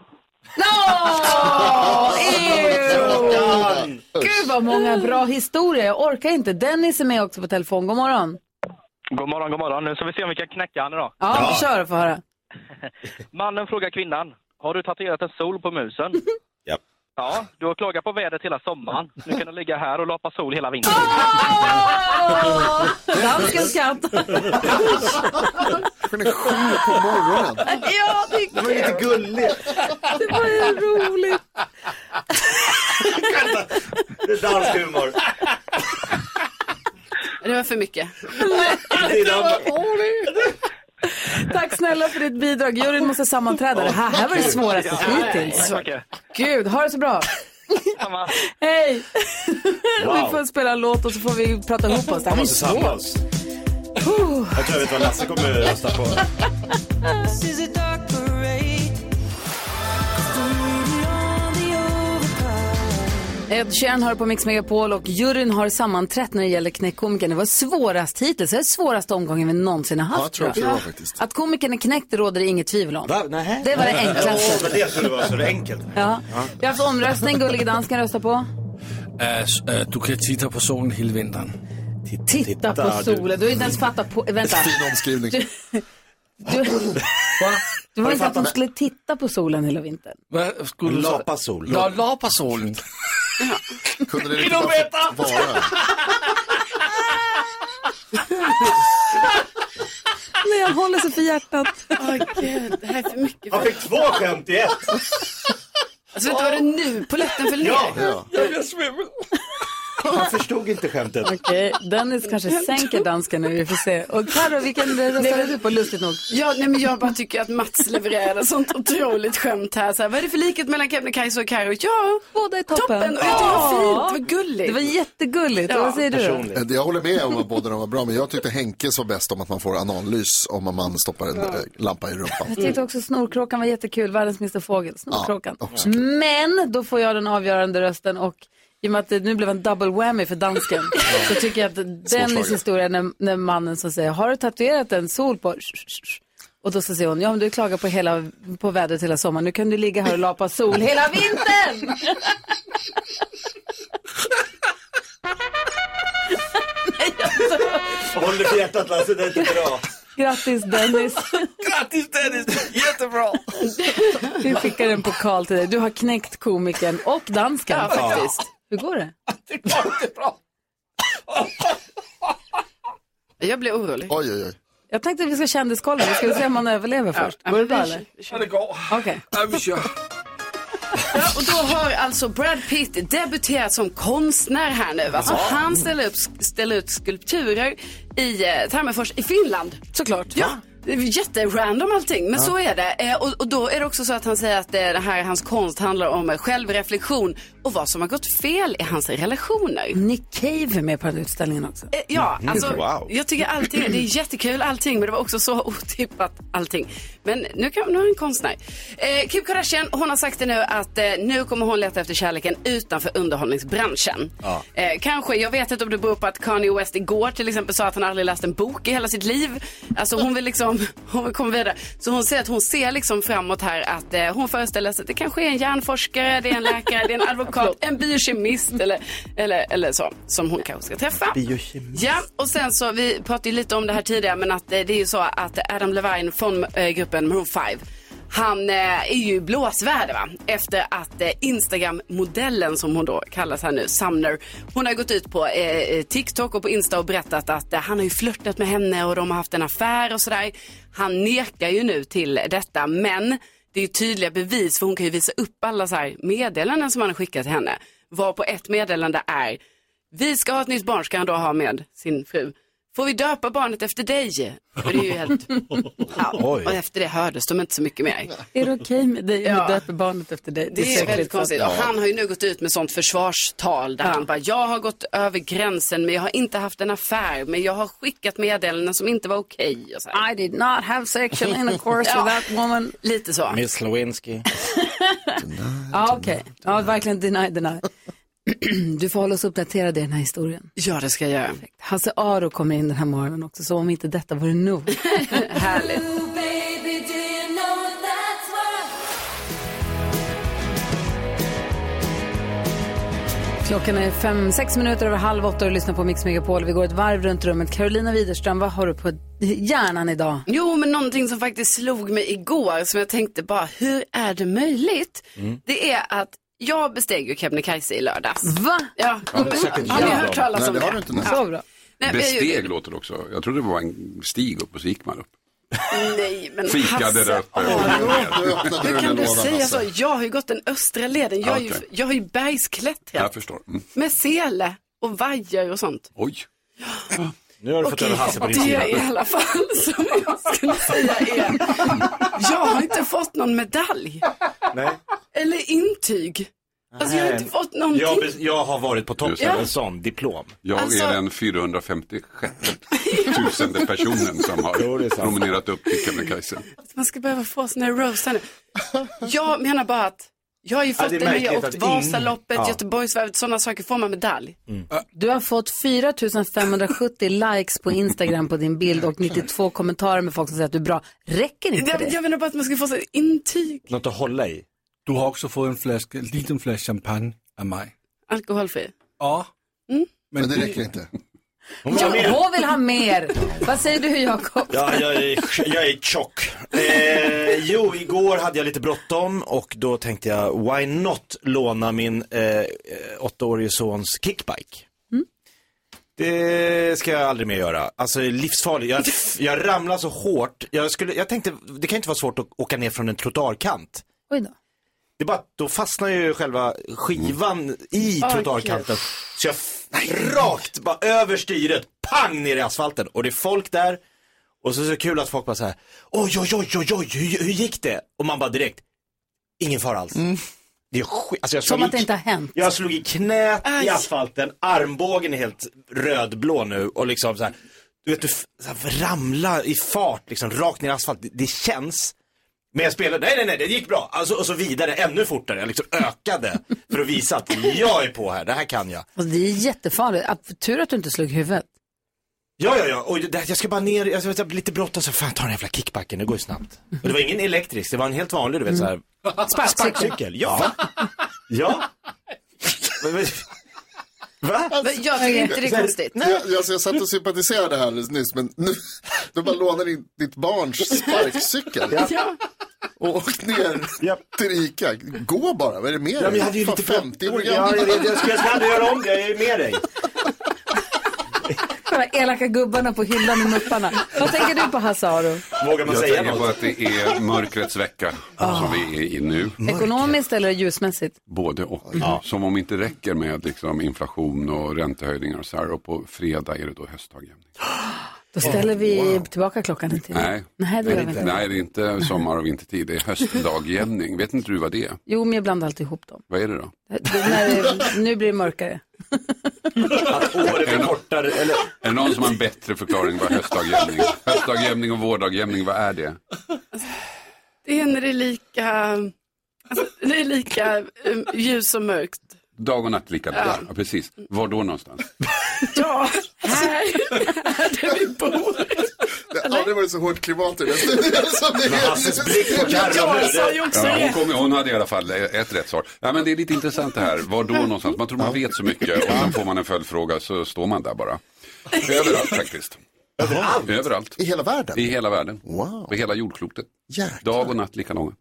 Speaker 1: Ew! Gud vad många bra historier. Jag orkar inte. Dennis är med också på telefon. God morgon.
Speaker 16: God morgon, god morgon. Nu ska vi se om vi kan knäcka han idag.
Speaker 1: Ja, kör och få höra.
Speaker 16: Mannen frågar kvinnan. Har du tatuerat en sol på musen?
Speaker 2: ja.
Speaker 16: Ja, du har klagat på vädret hela sommaren. Nu kan du ligga här och lapa sol hela vintern.
Speaker 1: Danskens katt.
Speaker 4: Sju på morgonen.
Speaker 1: Ja, det är
Speaker 4: Det var lite gulligt.
Speaker 1: Det var ju roligt.
Speaker 2: Det är dansk humor.
Speaker 6: Det var för mycket.
Speaker 1: Tack snälla för ditt bidrag. Juryn måste sammanträda. Det här, här var det svåraste hittills. Gud, ha det så bra. Hej! Vi får spela en låt och så får vi prata ihop oss. Det här var ju
Speaker 2: måste
Speaker 1: svårt.
Speaker 2: samlas. Jag tror jag vet vad Lasse kommer rösta på.
Speaker 10: This is a dark parade.
Speaker 1: Ed Sheeran hör på Mix Megapol och juryn har sammanträtt när det gäller Knäck komikern. Det var svårast hittills. Det är svåraste omgången vi någonsin har haft.
Speaker 4: Ja, jag tror också det var faktiskt.
Speaker 1: Att komikern är knäckt det råder det inget tvivel om. Det var det
Speaker 2: Åh, men
Speaker 1: enklaste.
Speaker 2: det skulle vara så enkelt.
Speaker 1: Ja. Vi har haft omröstning. Gullige dansken röstar på.
Speaker 9: Eh, s- eh, du kan titta på solen hela vintern.
Speaker 1: Titta på solen. Du har inte ens fattat på... Vänta.
Speaker 9: omskrivning.
Speaker 1: Du, du, du
Speaker 9: Har
Speaker 1: var
Speaker 9: du
Speaker 1: inte att man
Speaker 9: fattat?
Speaker 1: skulle titta på solen hela vintern.
Speaker 9: Vad skulle du säga?
Speaker 2: Lapa sol.
Speaker 9: Ja, lapa solen.
Speaker 4: Kunde det
Speaker 9: inte bara få
Speaker 4: vara?
Speaker 1: Nej, jag håller sig för hjärtat.
Speaker 6: Åh gud, det här är för mycket.
Speaker 2: Han fick två skämt i ett.
Speaker 6: Alltså vet du vad det är nu? Polletten föll ner.
Speaker 2: Ja. Han förstod inte skämtet.
Speaker 1: Okej, Dennis kanske sänker dansken nu, vi får se. Och Carro, vilken röstade du på lustigt nog?
Speaker 6: Ja, nej, men jag bara tycker att Mats levererade sånt otroligt skämt här. Så här vad är det för likhet mellan Kebnekaise och Karo? Ja,
Speaker 1: båda är toppen.
Speaker 6: toppen. Och jag tycker det var
Speaker 1: Ja.
Speaker 6: fint, vad gulligt.
Speaker 1: Det var jättegulligt.
Speaker 6: Ja.
Speaker 1: Vad säger du? då?
Speaker 4: Eh, Jag håller med om att båda de var bra, men jag tyckte Henkes var bäst om att man får analys om man stoppar en eh, lampa i rumpan. Mm.
Speaker 1: Jag tyckte också snorkråkan var jättekul, världens minsta fågel, snorkråkan.
Speaker 4: Ja,
Speaker 1: Men då får jag den avgörande rösten och i och med att det nu blev en double whammy för dansken så tycker jag att Dennis
Speaker 10: Svårslaget.
Speaker 1: historia när, när mannen som säger har du tatuerat en sol på? Och då så säger hon, ja men du klagar på, hela, på vädret hela sommaren, nu kan du ligga här och lapa sol hela vintern!
Speaker 2: Håll dig för hjärtat Lasse, det är inte bra.
Speaker 1: Grattis Dennis!
Speaker 9: Grattis Dennis, jättebra!
Speaker 1: Vi skickar en pokal till dig. Du har knäckt komikern och dansken
Speaker 10: Ja, faktiskt.
Speaker 1: Hur går det?
Speaker 6: Jag blev orolig.
Speaker 4: Oj, oj, oj.
Speaker 1: Jag tänkte att vi ska kändiskolla, vi ska se om man överlever
Speaker 6: Ja,
Speaker 1: först.
Speaker 6: ja,
Speaker 1: Går det
Speaker 6: men
Speaker 1: bra
Speaker 6: vi-
Speaker 1: eller?
Speaker 9: Ja, det går.
Speaker 1: Okej.
Speaker 9: Ja, vi kör.
Speaker 6: Ja, och då har alltså Brad Pitt debuterat som konstnär här nu. Alltså,
Speaker 1: Ja.
Speaker 6: Han ställer, upp, ställer ut skulpturer i eh, Tammerfors i Finland. Såklart. Ja. Det är Jätterandom allting, men
Speaker 1: Ja.
Speaker 6: så är det. Eh, och, och då är det också så att han säger att eh, det här, hans konst handlar om eh, självreflektion och vad som har gått fel i hans relationer.
Speaker 1: Nick Cave är med på den här utställningen också.
Speaker 6: Eh, Ja,
Speaker 1: Mm.
Speaker 6: alltså,
Speaker 1: Wow.
Speaker 6: jag tycker allting, det är jättekul allting, men det var också så otippat allting. Men nu, kan, nu är han konstnär. Eh, Kim Kardashian, hon har sagt det nu att eh, nu kommer hon leta efter kärleken utanför underhållningsbranschen.
Speaker 10: Ja.
Speaker 6: Eh, kanske, jag vet inte om det beror på att Kanye West igår till exempel sa att han aldrig läst en bok i hela sitt liv. Alltså hon vill liksom, hon vill komma vidare. Så hon säger att hon ser liksom framåt här att eh, hon föreställer sig att det kanske är en hjärnforskare, det är en läkare, det är en advokat, en biokemist eller, eller, eller så. Som hon kanske ska träffa.
Speaker 2: Biokemi.
Speaker 6: Ja, och sen så, vi pratade ju lite om det här tidigare, men att eh, det är ju så att Adam Levine från eh, gruppen Maroon 5, han eh, är ju blåsvärd va? efter att eh, Instagram-modellen som hon då kallas här nu, Sumner, hon har ju gått ut på eh, eh, TikTok och på Insta och berättat att eh, han har ju flörtat med henne och de har haft en affär och sådär. Han nekar ju nu till detta, men det är ju tydliga bevis för hon kan ju visa upp alla så här meddelanden som han har skickat till henne. Var på ett meddelande är vi ska ha ett nytt barn, ska han då ha med sin fru. Får vi döpa barnet efter dig? Och det är ju helt... Ja, och efter det hördes de inte så mycket mer.
Speaker 1: Är det okej med dig om
Speaker 6: Ja.
Speaker 1: du döper barnet efter dig?
Speaker 6: Det är,
Speaker 1: säkert
Speaker 6: väldigt
Speaker 1: så.
Speaker 6: konstigt. Och han har ju nu gått ut med sånt försvarstal där han bara, jag har gått över gränsen men jag har inte haft en affär men jag har skickat meddelanden som inte var okej. och så här.
Speaker 1: I did not have sexual intercourse with that woman.
Speaker 6: Lite så.
Speaker 2: Miss Lewinsky.
Speaker 1: Ja, okej. Ja, verkligen deny, deny. Du får hålla oss uppdaterade i den här historien.
Speaker 6: Ja, det ska jag göra.
Speaker 1: Hasse Aro kommer in den här morgonen också, som om inte detta vore nog.
Speaker 6: Härligt.
Speaker 1: Klockan är fem, sex minuter över halv åtta och du lyssnar på Mix Megapol. Vi går ett varv runt rummet. Carolina Widerström, vad har du på hjärnan idag?
Speaker 6: Jo, men någonting som faktiskt slog mig igår som jag tänkte bara, hur är det möjligt? Det är att jag besteg ju Kebnekaise i lördags.
Speaker 1: Va?
Speaker 6: Ja. har ni hört talas om det? Ja.
Speaker 1: bra.
Speaker 6: Nej, men jag
Speaker 17: Besteg
Speaker 6: gjorde-
Speaker 17: låter det också. Jag trodde det var en stig upp och så gick man upp.
Speaker 6: Nej, men
Speaker 17: Fikade
Speaker 6: Hasse.
Speaker 17: där uppe.
Speaker 6: Hur kan du säga så? Jag har ju gått den östra leden. Jag, är ju,
Speaker 17: Okej.
Speaker 6: jag har ju bergsklättrat
Speaker 17: Jag förstår. Mm.
Speaker 6: med sele och vajer och sånt.
Speaker 17: Oj.
Speaker 2: Nu har du fått höra Hasse på din
Speaker 6: det
Speaker 2: sida.
Speaker 6: är i alla fall som jag skulle säga är. Jag har inte fått någon medalj.
Speaker 2: Nej.
Speaker 6: Eller intyg. Alltså jag har inte fått någonting.
Speaker 2: Jag, bes- jag har varit på toppen,
Speaker 6: Ja.
Speaker 2: en sån diplom.
Speaker 17: Jag
Speaker 6: Alltså-
Speaker 17: är den 456 tusende personen som har promenerat upp till Kebnekaise.
Speaker 6: Man ska behöva få såna här rosa nu. Jag menar bara att jag har ju
Speaker 17: Ja,
Speaker 6: fått
Speaker 17: det är
Speaker 6: det när jag
Speaker 17: märkligt
Speaker 6: åkt
Speaker 17: att
Speaker 6: Vasaloppet,
Speaker 17: ingen- Ja. Mm.
Speaker 6: Göteborgsvarvet, sådana saker får man medalj.
Speaker 1: Du har fått 4 570 likes på Instagram på din bild och 92 kommentarer med folk som säger att du är bra. Räcker inte
Speaker 6: Jag, jag
Speaker 1: det?
Speaker 6: menar bara att man ska få så här intyg,
Speaker 2: Något att hålla i.
Speaker 9: Du har också fått en flaska, en liten flaska champagne av mig.
Speaker 6: alkoholfri.
Speaker 9: Ja.
Speaker 6: Mm.
Speaker 9: Men
Speaker 17: det räcker inte.
Speaker 1: Hon, hon vill ha mer. Vad säger du Jakob?
Speaker 2: Ja, jag är, jag är tjock. Eh, jo, igår hade jag lite bråttom och då tänkte jag, why not låna min eh, eh, åttaårige sons kickbike?
Speaker 1: Mm.
Speaker 2: Det ska jag aldrig mer göra. Alltså det är livsfarligt. Jag, jag ramlade så hårt. Jag, skulle, jag tänkte, det kan inte vara svårt att åka ner från en trottoarkant.
Speaker 1: Oj då.
Speaker 2: Det är bara att då fastnar ju själva skivan i
Speaker 1: Mm. Oj.
Speaker 2: trottoarkanten. Så jag f- rakt bara över styret, pang ner i asfalten. Och det är folk där. Och så är det så kul att folk bara så här, oj, oj, oj, oj, oj, hur, hur gick det? Och man bara direkt, ingen fara alls. Det är skit, alltså jag slog
Speaker 1: Mm. Som att
Speaker 2: i-
Speaker 1: det inte har hänt.
Speaker 2: jag slog i knät
Speaker 1: Aj.
Speaker 2: i asfalten, armbågen är helt rödblå nu och liksom så här, du vet du, f- så här, ramla i fart liksom rakt ner i asfalt, det, det känns. Men jag spelade, nej nej nej det gick bra, alltså, och så vidare ännu fortare, jag liksom ökade för att visa att jag är på här, det här kan jag.
Speaker 1: Alltså, det är jättefarligt. Att- Tur att du inte slog huvudet.
Speaker 2: Ja ja ja, och det, jag ska bara ner, alltså, jag, ska, jag blir lite bråttom så fan ta den här jävla kickbacken, det går ju snabbt.
Speaker 1: Mm.
Speaker 2: Och det var ingen elektrisk, det var en helt vanlig du vet så här,
Speaker 1: Sparkcykel.
Speaker 2: sparkcykel, ja. Ja. Va?
Speaker 6: Jag tycker inte det är konstigt.
Speaker 4: Nej, jag- alltså jag satt och sympatiserade här alldeles nyss, men nu, du bara lånade din, ditt barns sparkcykel.
Speaker 6: Ja.
Speaker 4: Och åkt ner till Ica. Gå bara, vad är det med
Speaker 2: Ja, men jag hade ju
Speaker 4: Fan,
Speaker 2: lite
Speaker 4: 50 år
Speaker 2: Ja,
Speaker 4: gammal.
Speaker 2: jag, vet, jag, ska, jag ska aldrig göra om det, jag är med dig.
Speaker 1: De här elaka gubbarna på hyllan i Mupparna. Vad tänker du på Hasse Aro?
Speaker 2: Vågar
Speaker 17: man jag säga något? på att det är mörkrets vecka som vi är i nu.
Speaker 1: Mm. Ekonomiskt eller ljusmässigt?
Speaker 17: Både och.
Speaker 1: Ja.
Speaker 17: Som om inte räcker med liksom, inflation och räntehöjningar och så här. Och på fredag är det då höstdagjämning.
Speaker 1: Då ställer vi tillbaka klockan en till.
Speaker 17: Nej.
Speaker 1: Nej, det gör vi
Speaker 17: inte.
Speaker 1: inte.
Speaker 17: Nej, det är inte sommar och vintertid. Det är höstdagjämning. Vet inte du vad det är?
Speaker 1: Jo, men jag blandar alltid ihop dem.
Speaker 17: Vad är det då?
Speaker 1: Det- när det- nu blir det mörkare.
Speaker 2: Året är kortare, eller?
Speaker 17: Är det någon som har en bättre förklaring vad höstdagjämning är? Höstdagjämning och vårdagjämning, vad är det?
Speaker 6: Det är när det är lika, alltså, det är lika um, ljus och mörkt.
Speaker 17: Dag och natt likadant.
Speaker 6: Ja.
Speaker 17: Ja. precis. Var då någonstans?
Speaker 6: Ja, här är det vi bor.
Speaker 4: Det har aldrig varit så hårt klimat i resten. Det är som det är.
Speaker 17: Men Hasses blick på Carro
Speaker 4: Ja,
Speaker 17: nu,
Speaker 4: jag sa ju
Speaker 17: det-
Speaker 4: också
Speaker 17: Ja,
Speaker 4: det.
Speaker 17: hon, kom, hon hade i alla fall ett rätt svar. Ja, men det är lite intressant det här. Var då någonstans? Man tror man vet så mycket och sen får man en följdfråga så står man där bara. Överallt faktiskt. Överallt? Överallt.
Speaker 4: I hela världen?
Speaker 17: I hela världen.
Speaker 4: Wow.
Speaker 17: På hela jordklotet.
Speaker 4: Jäklar.
Speaker 17: Dag och natt lika långa.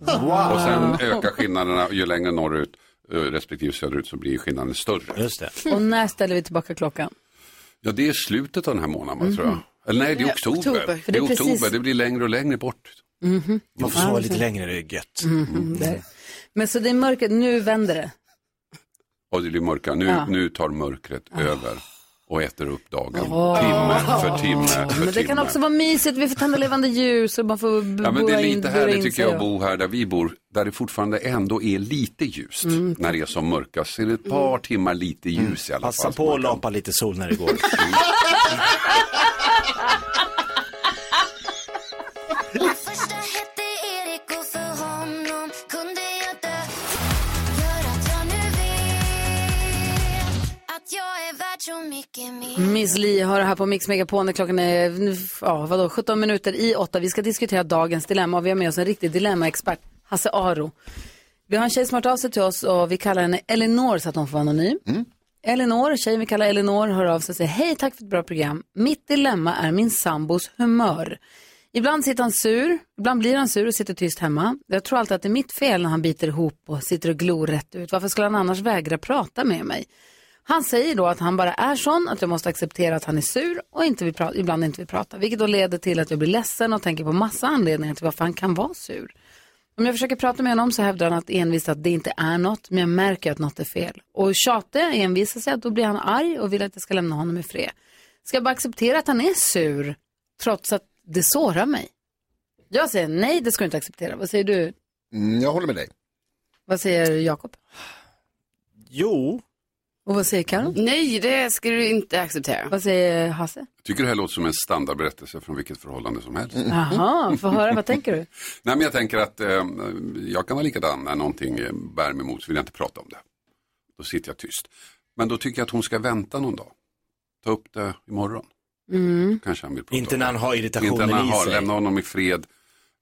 Speaker 4: Wow.
Speaker 17: Och sen ökar skillnaderna ju längre norrut eh, respektive söderut så blir skillnaden större. Just det.
Speaker 1: Och när ställer vi tillbaka klockan?
Speaker 17: Ja, det är slutet av den här månaden, va, tror jag.
Speaker 1: Mhm.
Speaker 17: Eller nej, det är
Speaker 1: Ja,
Speaker 17: oktober.
Speaker 1: oktober, för
Speaker 17: Det
Speaker 1: det
Speaker 17: är
Speaker 1: är
Speaker 17: oktober,
Speaker 1: precis-
Speaker 17: det blir längre och längre bort.
Speaker 1: Mhm.
Speaker 2: Man får sova lite längre, det är gött.
Speaker 1: Mhm,
Speaker 17: Mm.
Speaker 1: det är- Men så det är mörkret, nu vänder det.
Speaker 17: Och det blir mörka. Nu,
Speaker 1: Ja. Ah.
Speaker 17: nu tar mörkret över och äter upp dagen.
Speaker 1: Åh.
Speaker 17: Timme för timme för
Speaker 1: Men det
Speaker 17: timme.
Speaker 1: kan också vara mysigt, vi får tända levande ljus och man får b-
Speaker 17: Ja, men det
Speaker 1: bura
Speaker 17: är
Speaker 1: in-
Speaker 17: lite
Speaker 1: bura
Speaker 17: härligt
Speaker 1: in
Speaker 17: tycker
Speaker 1: sig
Speaker 17: jag
Speaker 1: och-
Speaker 17: att bo här där vi bor, där det fortfarande ändå är lite ljust
Speaker 1: Mm.
Speaker 17: när det är som mörkast. Så är det ett par timmar lite ljus i alla
Speaker 2: Passa
Speaker 17: fall.
Speaker 2: på att lapa lite sol när det går.
Speaker 10: Min första hette Erik och för honom kunde jag dö Gör att jag nu vet att jag är värd så mycket mer
Speaker 1: Miss Li har det här på Mix Megapol när klockan är nu- ja, vadå, 17 minuter i åtta. Vi ska diskutera dagens dilemma och vi har med oss en riktig dilemmaexpert, Hasse Aro. Vi har en tjej som har hört av sig till oss och vi kallar henne Elinor så att hon får vara anonym. Elinor, tjejen vi kallar Elinor, hör av sig och säger hej, tack för ett bra program. Mitt dilemma är min sambos humör. Ibland sitter han sur, ibland blir han sur och sitter tyst hemma. Jag tror alltid att det är mitt fel när han biter ihop och sitter och glor rätt ut. Varför skulle han annars vägra prata med mig? Han säger då att han bara är sån, att jag måste acceptera att han är sur och inte vill pra- ibland inte vill prata. Vilket då leder till att jag blir ledsen och tänker på massa anledningar till varför han kan vara sur. Om jag försöker prata med honom så hävdar han att envist att det inte är något, men jag märker att något är fel. Och tjatar jag envisas jag, då blir han arg och vill att jag ska lämna honom i fred. Ska jag bara acceptera att han är sur, trots att det sårar mig? Jag säger nej, det ska du inte acceptera. Vad säger du?
Speaker 4: Mm, jag håller med dig.
Speaker 1: Vad säger Jakob?
Speaker 2: Jo.
Speaker 1: Och vad säger Karin?
Speaker 6: Nej, det ska du inte acceptera.
Speaker 1: Vad säger Hasse?
Speaker 17: Tycker det här låter som en standardberättelse från vilket förhållande som helst.
Speaker 1: Mm. Jaha, få höra, vad tänker du?
Speaker 17: Nej, men jag tänker att eh, jag kan vara likadan när någonting eh, bär mig emot så vill jag inte prata om det. Då sitter jag tyst. Men då tycker jag att hon ska vänta någon dag. Ta upp det imorgon.
Speaker 1: Mm.
Speaker 17: Kanske han vill prata
Speaker 2: Inte
Speaker 17: om
Speaker 2: när
Speaker 17: det.
Speaker 2: han har irritationen
Speaker 17: Inte när han
Speaker 2: i
Speaker 17: har,
Speaker 2: sig.
Speaker 17: Lämna honom i fred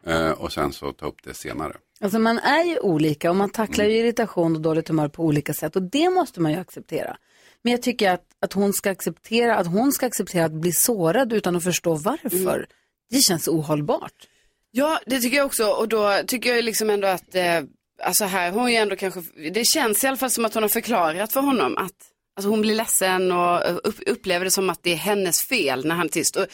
Speaker 17: eh, och sen så ta upp det senare.
Speaker 1: Alltså man är ju olika och man tacklar ju irritation och dåligt humör på olika sätt och det måste man ju acceptera. Men jag tycker att, att hon ska acceptera att hon ska acceptera att bli sårad utan att förstå varför. Det känns ohållbart.
Speaker 6: Ja, det tycker jag också. Och då tycker jag ju liksom ändå att, eh, alltså här har hon ju ändå kanske, det känns i alla fall som att hon har förklarat för honom att alltså hon blir ledsen och eh, upp, upplever det som att det är hennes fel när han är tyst. Och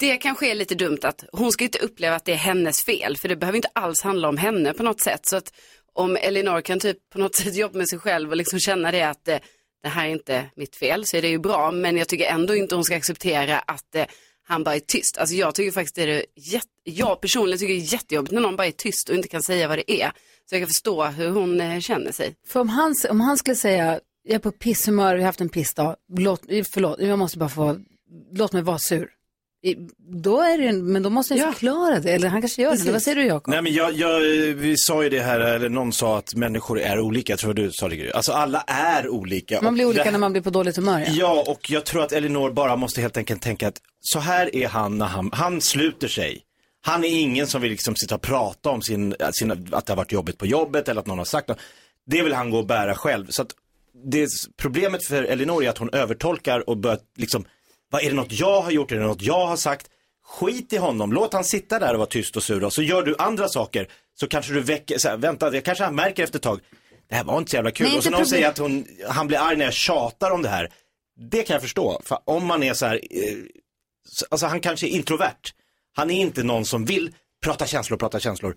Speaker 6: det kanske är lite dumt att hon ska inte uppleva att det är hennes fel, för det behöver inte alls handla om henne på något sätt. Så att om Elinor kan typ på något sätt jobba med sig själv och liksom känna det att eh, det här är inte mitt fel, så är det ju bra. Men jag tycker ändå inte hon ska acceptera att eh, han bara är tyst. Alltså jag tycker faktiskt det är det jätte, jag personligen tycker det är jättejobbigt när någon bara är tyst och inte kan säga vad det är. Så jag kan förstå hur hon eh, känner sig.
Speaker 1: För om han, om han skulle säga, jag är på pisshumör, vi har haft en pissdag, låt, förlåt, jag måste bara få, låt mig vara sur. I- Då är det, ju- men då måste jag förklara det, eller han kanske gör det. Vad säger du Jakob?
Speaker 2: Nej men jag, jag, vi sa ju det här, eller någon sa att människor är olika, jag tror du sa det Gry. Alltså alla är olika.
Speaker 1: Man blir
Speaker 2: Och
Speaker 1: olika
Speaker 2: det-
Speaker 1: när man blir på dåligt humör. Ja.
Speaker 2: Ja, och jag tror att Elinor bara måste helt enkelt tänka att så här är han när han, han sluter sig. Han är ingen som vill liksom sitta och prata om sin, sina, att det har varit jobbigt på jobbet eller att någon har sagt något. Det vill han gå och bära själv. Så att det, problemet för Elinor är att hon övertolkar och börjar liksom, vad är det något jag har gjort, är det något jag har sagt? Skit i honom, låt han sitta där och vara tyst och sur och så gör du andra saker. Så kanske du väcker, så här, vänta, det kanske han märker efter ett tag. Det här var inte så jävla kul.
Speaker 1: Nej,
Speaker 2: och så
Speaker 1: inte
Speaker 2: någon
Speaker 1: problem-
Speaker 2: säger att hon, han blir arg när jag tjatar om det här. Det kan jag förstå. För om man är så här, eh, s- alltså han kanske är introvert. Han är inte någon som vill prata känslor, prata känslor.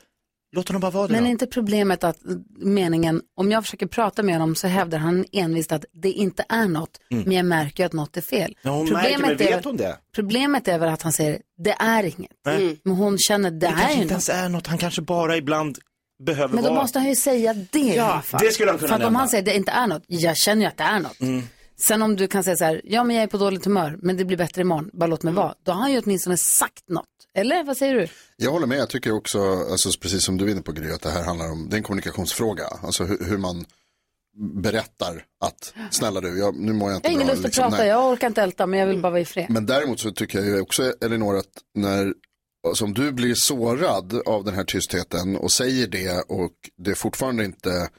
Speaker 2: Låt honom bara vara det
Speaker 1: Men
Speaker 2: då.
Speaker 1: är inte problemet att eh, meningen, om jag försöker prata med honom så hävdar han envist att det inte är något,
Speaker 2: Mm.
Speaker 1: men jag märker ju att något är fel.
Speaker 2: Ja, hon
Speaker 1: problemet,
Speaker 2: märker, men
Speaker 1: är,
Speaker 2: vet hon det?
Speaker 1: problemet är väl att han säger, det är inget.
Speaker 2: Mm.
Speaker 1: Men hon känner, det,
Speaker 2: Det
Speaker 1: är
Speaker 2: kanske
Speaker 1: ju
Speaker 2: inte
Speaker 1: något.
Speaker 2: ens är något, han kanske bara ibland behöver
Speaker 1: Men då
Speaker 2: vara.
Speaker 1: måste han ju säga det i alla fall.
Speaker 2: det skulle han kunna
Speaker 1: För att om
Speaker 2: nämna.
Speaker 1: han säger, det inte är något, jag känner ju att det är något.
Speaker 2: Mm.
Speaker 1: Sen om du kan säga så här, ja men jag är på dåligt humör, men det blir bättre imorgon, bara låt mig vara. Då har han ju åtminstone sagt något. Eller vad säger du?
Speaker 4: Jag håller med, jag tycker också, alltså, precis som du är inne på Gry, att det här handlar om, det är en kommunikationsfåga. Alltså hur, hur man berättar att, snälla du, jag, nu mår jag inte
Speaker 1: Jag har ingen
Speaker 4: bra.
Speaker 1: lust att
Speaker 4: liksom.
Speaker 1: prata,
Speaker 4: Nej.
Speaker 1: jag orkar inte älta, men jag vill bara vara i fred.
Speaker 4: Men däremot så tycker jag ju också, Elinor, att när, alltså, om du blir sårad av den här tystheten och säger det och det fortfarande inte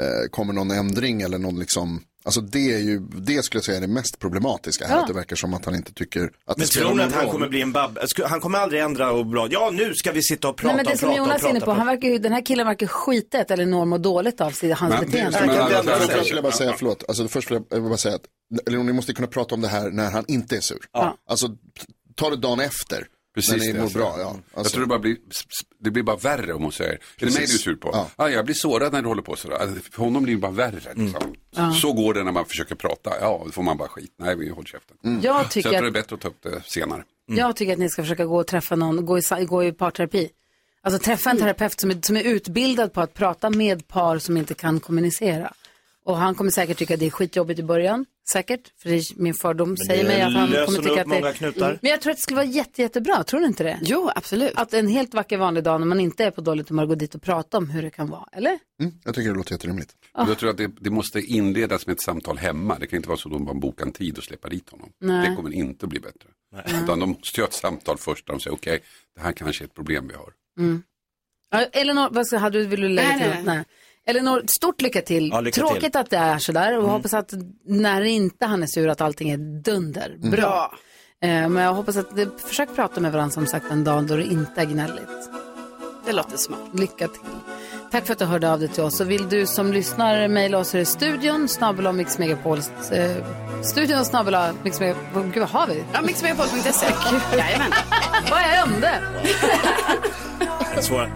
Speaker 4: eh, kommer någon ändring eller någon liksom, alltså det är ju, det skulle jag säga är det mest problematiska här,
Speaker 2: Ja.
Speaker 4: att det verkar som att han inte tycker
Speaker 2: Men
Speaker 4: att det spelar
Speaker 2: tror ni
Speaker 4: någon
Speaker 2: att han
Speaker 4: roll.
Speaker 2: kommer bli en babb? Sku- Han kommer aldrig ändra och bra. Ja, nu ska vi sitta och prata
Speaker 1: Nej, men det
Speaker 2: och
Speaker 1: som
Speaker 2: prata
Speaker 1: Jonas
Speaker 2: och
Speaker 1: är
Speaker 2: prata.
Speaker 1: inne på, han verkar ju, den här killen verkar skitet eller norm och dåligt av sig, hans beteende.
Speaker 4: Men, först vill jag bara säga, förlåt, alltså, först vill jag bara säga att Leon, ni måste kunna prata om det här när han inte är sur.
Speaker 17: Ja.
Speaker 4: Alltså, ta det dagen efter.
Speaker 17: Precis
Speaker 4: när ni
Speaker 17: det
Speaker 4: mår
Speaker 17: jag
Speaker 4: bra.
Speaker 17: säger.
Speaker 4: Ja.
Speaker 17: Jag
Speaker 4: Alltså,
Speaker 17: tror det bara blir, det blir bara värre om hon säger, är det mig
Speaker 4: Precis.
Speaker 17: du är sur på? Ja. Ah, jag blir sårad när du håller på sådär. Alltså, För honom blir det bara värre. Liksom.
Speaker 4: Mm.
Speaker 1: Ja.
Speaker 17: Så går det när man försöker prata. Ja, då får man bara skit. Nej, vi håller käften.
Speaker 4: Mm.
Speaker 1: Jag tycker
Speaker 17: så jag tror
Speaker 1: att-
Speaker 17: det är bättre att ta upp det senare.
Speaker 2: Mm.
Speaker 1: Jag tycker att ni ska försöka gå och träffa någon, gå i, sa- gå i parterapi. Alltså träffa en
Speaker 2: Mm.
Speaker 1: terapeut som är, som är utbildad på att prata med par som inte kan kommunicera. Och han kommer säkert tycka att det är skitjobbigt i början, säkert, för det är min fördom
Speaker 2: det
Speaker 1: säger mig att han
Speaker 2: löser
Speaker 1: kommer
Speaker 2: nog
Speaker 1: tycka
Speaker 2: upp
Speaker 1: att det Mm.
Speaker 2: många knutar.
Speaker 1: Men jag tror att det skulle vara jätte, jättebra, tror du inte det?
Speaker 6: Jo, absolut.
Speaker 1: Att en helt vacker vanlig dag när man inte är på dåligt humör gå dit och prata om hur det kan vara, eller?
Speaker 4: mm, jag tycker det låter jätterimligt.
Speaker 17: Men
Speaker 1: Ah.
Speaker 17: Jag tror att det, det måste inledas med ett samtal hemma. Det kan inte vara så att de bara bokar en tid och släpper dit honom.
Speaker 1: Nej.
Speaker 17: Det kommer inte bli bättre. Utan de måste göra ett samtal först där de säger okej, det här kanske är ett problem vi har.
Speaker 1: Mm. Ja, Elinor, vad ska, hade du, vill du lägga
Speaker 6: Nej,
Speaker 1: till
Speaker 6: nej.
Speaker 1: något? Nej. Elinor, stort lycka till.
Speaker 2: Ja, lycka
Speaker 1: Tråkigt
Speaker 2: till.
Speaker 1: att det är sådär och
Speaker 2: Mm.
Speaker 1: hoppas att när inte han är sur att allting är dunder.
Speaker 2: Mm.
Speaker 1: Bra. Eh, Men jag hoppas att, försök prata med varandra som sagt en dag då det inte är gnälligt.
Speaker 6: Det låter smart.
Speaker 1: Lycka till. Tack för att du hörde av dig till oss. Och vill du som lyssnar mejla oss så är det studion snabbla Mix Megapols... Eh, studion snabbla Mix Megapol... Gud, vad har vi?
Speaker 6: Ja, mixmegapol.se. Jajamän.
Speaker 1: vad hände?
Speaker 2: Svåra.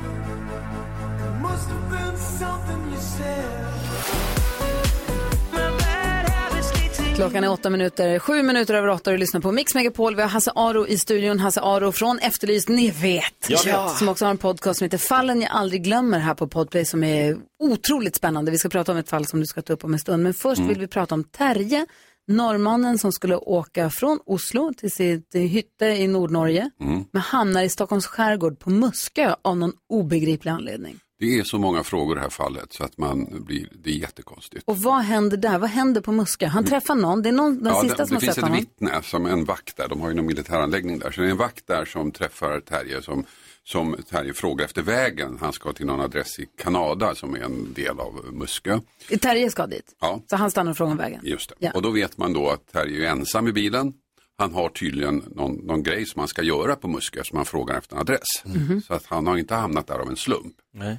Speaker 1: Klockan är åtta minuter, sju minuter över åtta och du lyssnar på Mix Megapol. Vi har Hasse Aro i studion, Hasse Aro från Efterlyst, ni vet.
Speaker 3: Jag vet.
Speaker 1: Som också har en podcast som heter Fallen jag aldrig glömmer här på Podplay som är otroligt spännande. Vi ska prata om ett fall som du ska ta upp om en stund. Men först
Speaker 3: Mm.
Speaker 1: vill vi prata om Terje, norrmannen som skulle åka från Oslo till sitt eh, hytte i Nordnorge.
Speaker 17: Mm.
Speaker 1: Men hamnar i Stockholms skärgård på Muskö av någon obegriplig anledning.
Speaker 17: Det är så många frågor i det här fallet så att man blir, det är jättekonstigt.
Speaker 1: Och vad händer där? Vad händer på Muskö? Han träffar någon, det är någon, den
Speaker 17: Mm. Ja,
Speaker 1: sista
Speaker 17: det,
Speaker 1: som
Speaker 17: det
Speaker 1: har
Speaker 17: finns
Speaker 1: träffat
Speaker 17: ett
Speaker 1: honom.
Speaker 17: vittne som är en vakt där, de har ju någon militäranläggning där. Så det är en vakt där som träffar Terje som, som Terje frågar efter vägen. Han ska till någon adress i Kanada som är en del av Muskö.
Speaker 1: Terje ska dit,
Speaker 17: Ja,
Speaker 1: så han stannar och frågar om vägen.
Speaker 17: just det.
Speaker 1: Ja.
Speaker 17: Och då vet man då att Terje är ensam i bilen. Han har tydligen någon, någon grej som han ska göra på Muskö eftersom han frågar efter en
Speaker 1: Mm.
Speaker 17: adress.
Speaker 9: Mm.
Speaker 18: Mhm.
Speaker 17: Så att han har inte hamnat där av en slump.
Speaker 18: Nej.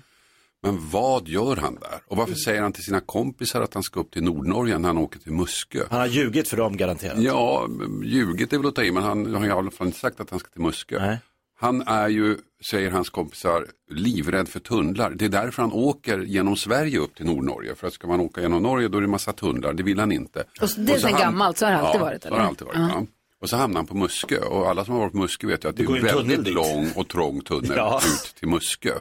Speaker 17: Men vad gör han där? Och varför säger han till sina kompisar att han ska upp till Nordnorge när han åker till Muskö?
Speaker 2: Han har ljugit för dem garanterat.
Speaker 17: Ja, ljugit är väl att ta i, men han har i alla fall inte sagt att han ska till Muskö. Han är ju, säger hans kompisar, livrädd för tunnlar. Det är därför han åker genom Sverige upp till Nordnorge. För att ska man åka genom Norge då är det massa tunnlar, det vill han inte.
Speaker 1: Och så- det är
Speaker 17: så
Speaker 1: sedan
Speaker 17: ham-
Speaker 1: gammalt, så har det alltid
Speaker 17: ja,
Speaker 1: varit,
Speaker 17: Så har det
Speaker 1: eller?
Speaker 17: alltid varit,
Speaker 1: Ja.
Speaker 17: ja. Och så hamnar han på Muskö och alla som har varit på Muskö vet ju att
Speaker 2: Det
Speaker 17: det,
Speaker 2: går
Speaker 17: är
Speaker 2: ju en
Speaker 17: en
Speaker 2: tunnel
Speaker 17: väldigt
Speaker 2: dit.
Speaker 17: lång och trång tunnel
Speaker 2: Ja.
Speaker 17: ut till Muskö.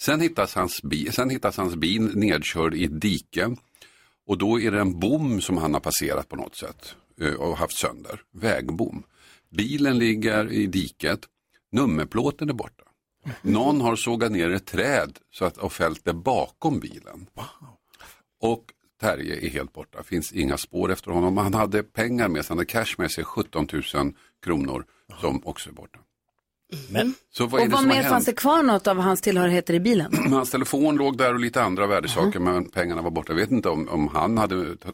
Speaker 17: Sen hittas, hans bi- sen hittas hans bil nedkörd i ett dike och då är det en bom som han har passerat på något sätt eh, och haft sönder, vägbom. Bilen ligger i diket, nummerplåten är borta. Någon har sågat ner ett träd så att, och fällt det bakom bilen. Och Terje är helt borta, finns inga spår efter honom. Han hade pengar med sig, han hade cash med sig, 17 000 kronor som också är borta.
Speaker 2: Men.
Speaker 17: Så vad är
Speaker 1: Mm. och
Speaker 17: det
Speaker 1: vad
Speaker 17: som har
Speaker 1: mer
Speaker 17: hänt?
Speaker 1: fanns det kvar något av hans tillhörigheter i bilen?
Speaker 17: Hans telefon låg där och lite andra värdesaker
Speaker 1: Mhm.
Speaker 17: men pengarna var borta. Jag vet inte om, om han hade ta-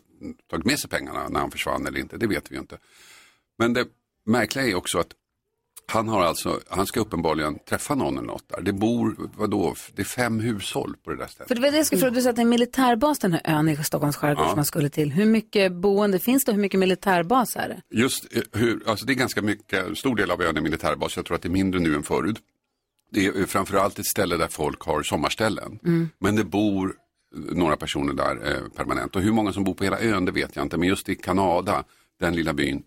Speaker 17: tagit med sig pengarna när han försvann eller inte, det vet vi ju inte. Men det märkliga är också att han, har alltså, han ska uppenbarligen träffa någon eller något där. Det bor, vadå, det är fem hushåll på det där stället.
Speaker 1: För det var det jag skulle fråga, du sa att det är en militärbas den här ön i Stockholms skärgård
Speaker 17: Ja.
Speaker 1: som man skulle till. Hur mycket boende finns det och hur mycket militärbas är det?
Speaker 17: Just eh, hur, alltså det är ganska mycket, stor del av ön är militärbas, jag tror att det är mindre nu än förut. Det är eh, framförallt ett ställe där folk har sommarställen.
Speaker 19: Mm.
Speaker 17: Men det bor eh, några personer där eh, permanent. Och hur många som bor på hela ön det vet jag inte. Men just i Kanada, den lilla byn,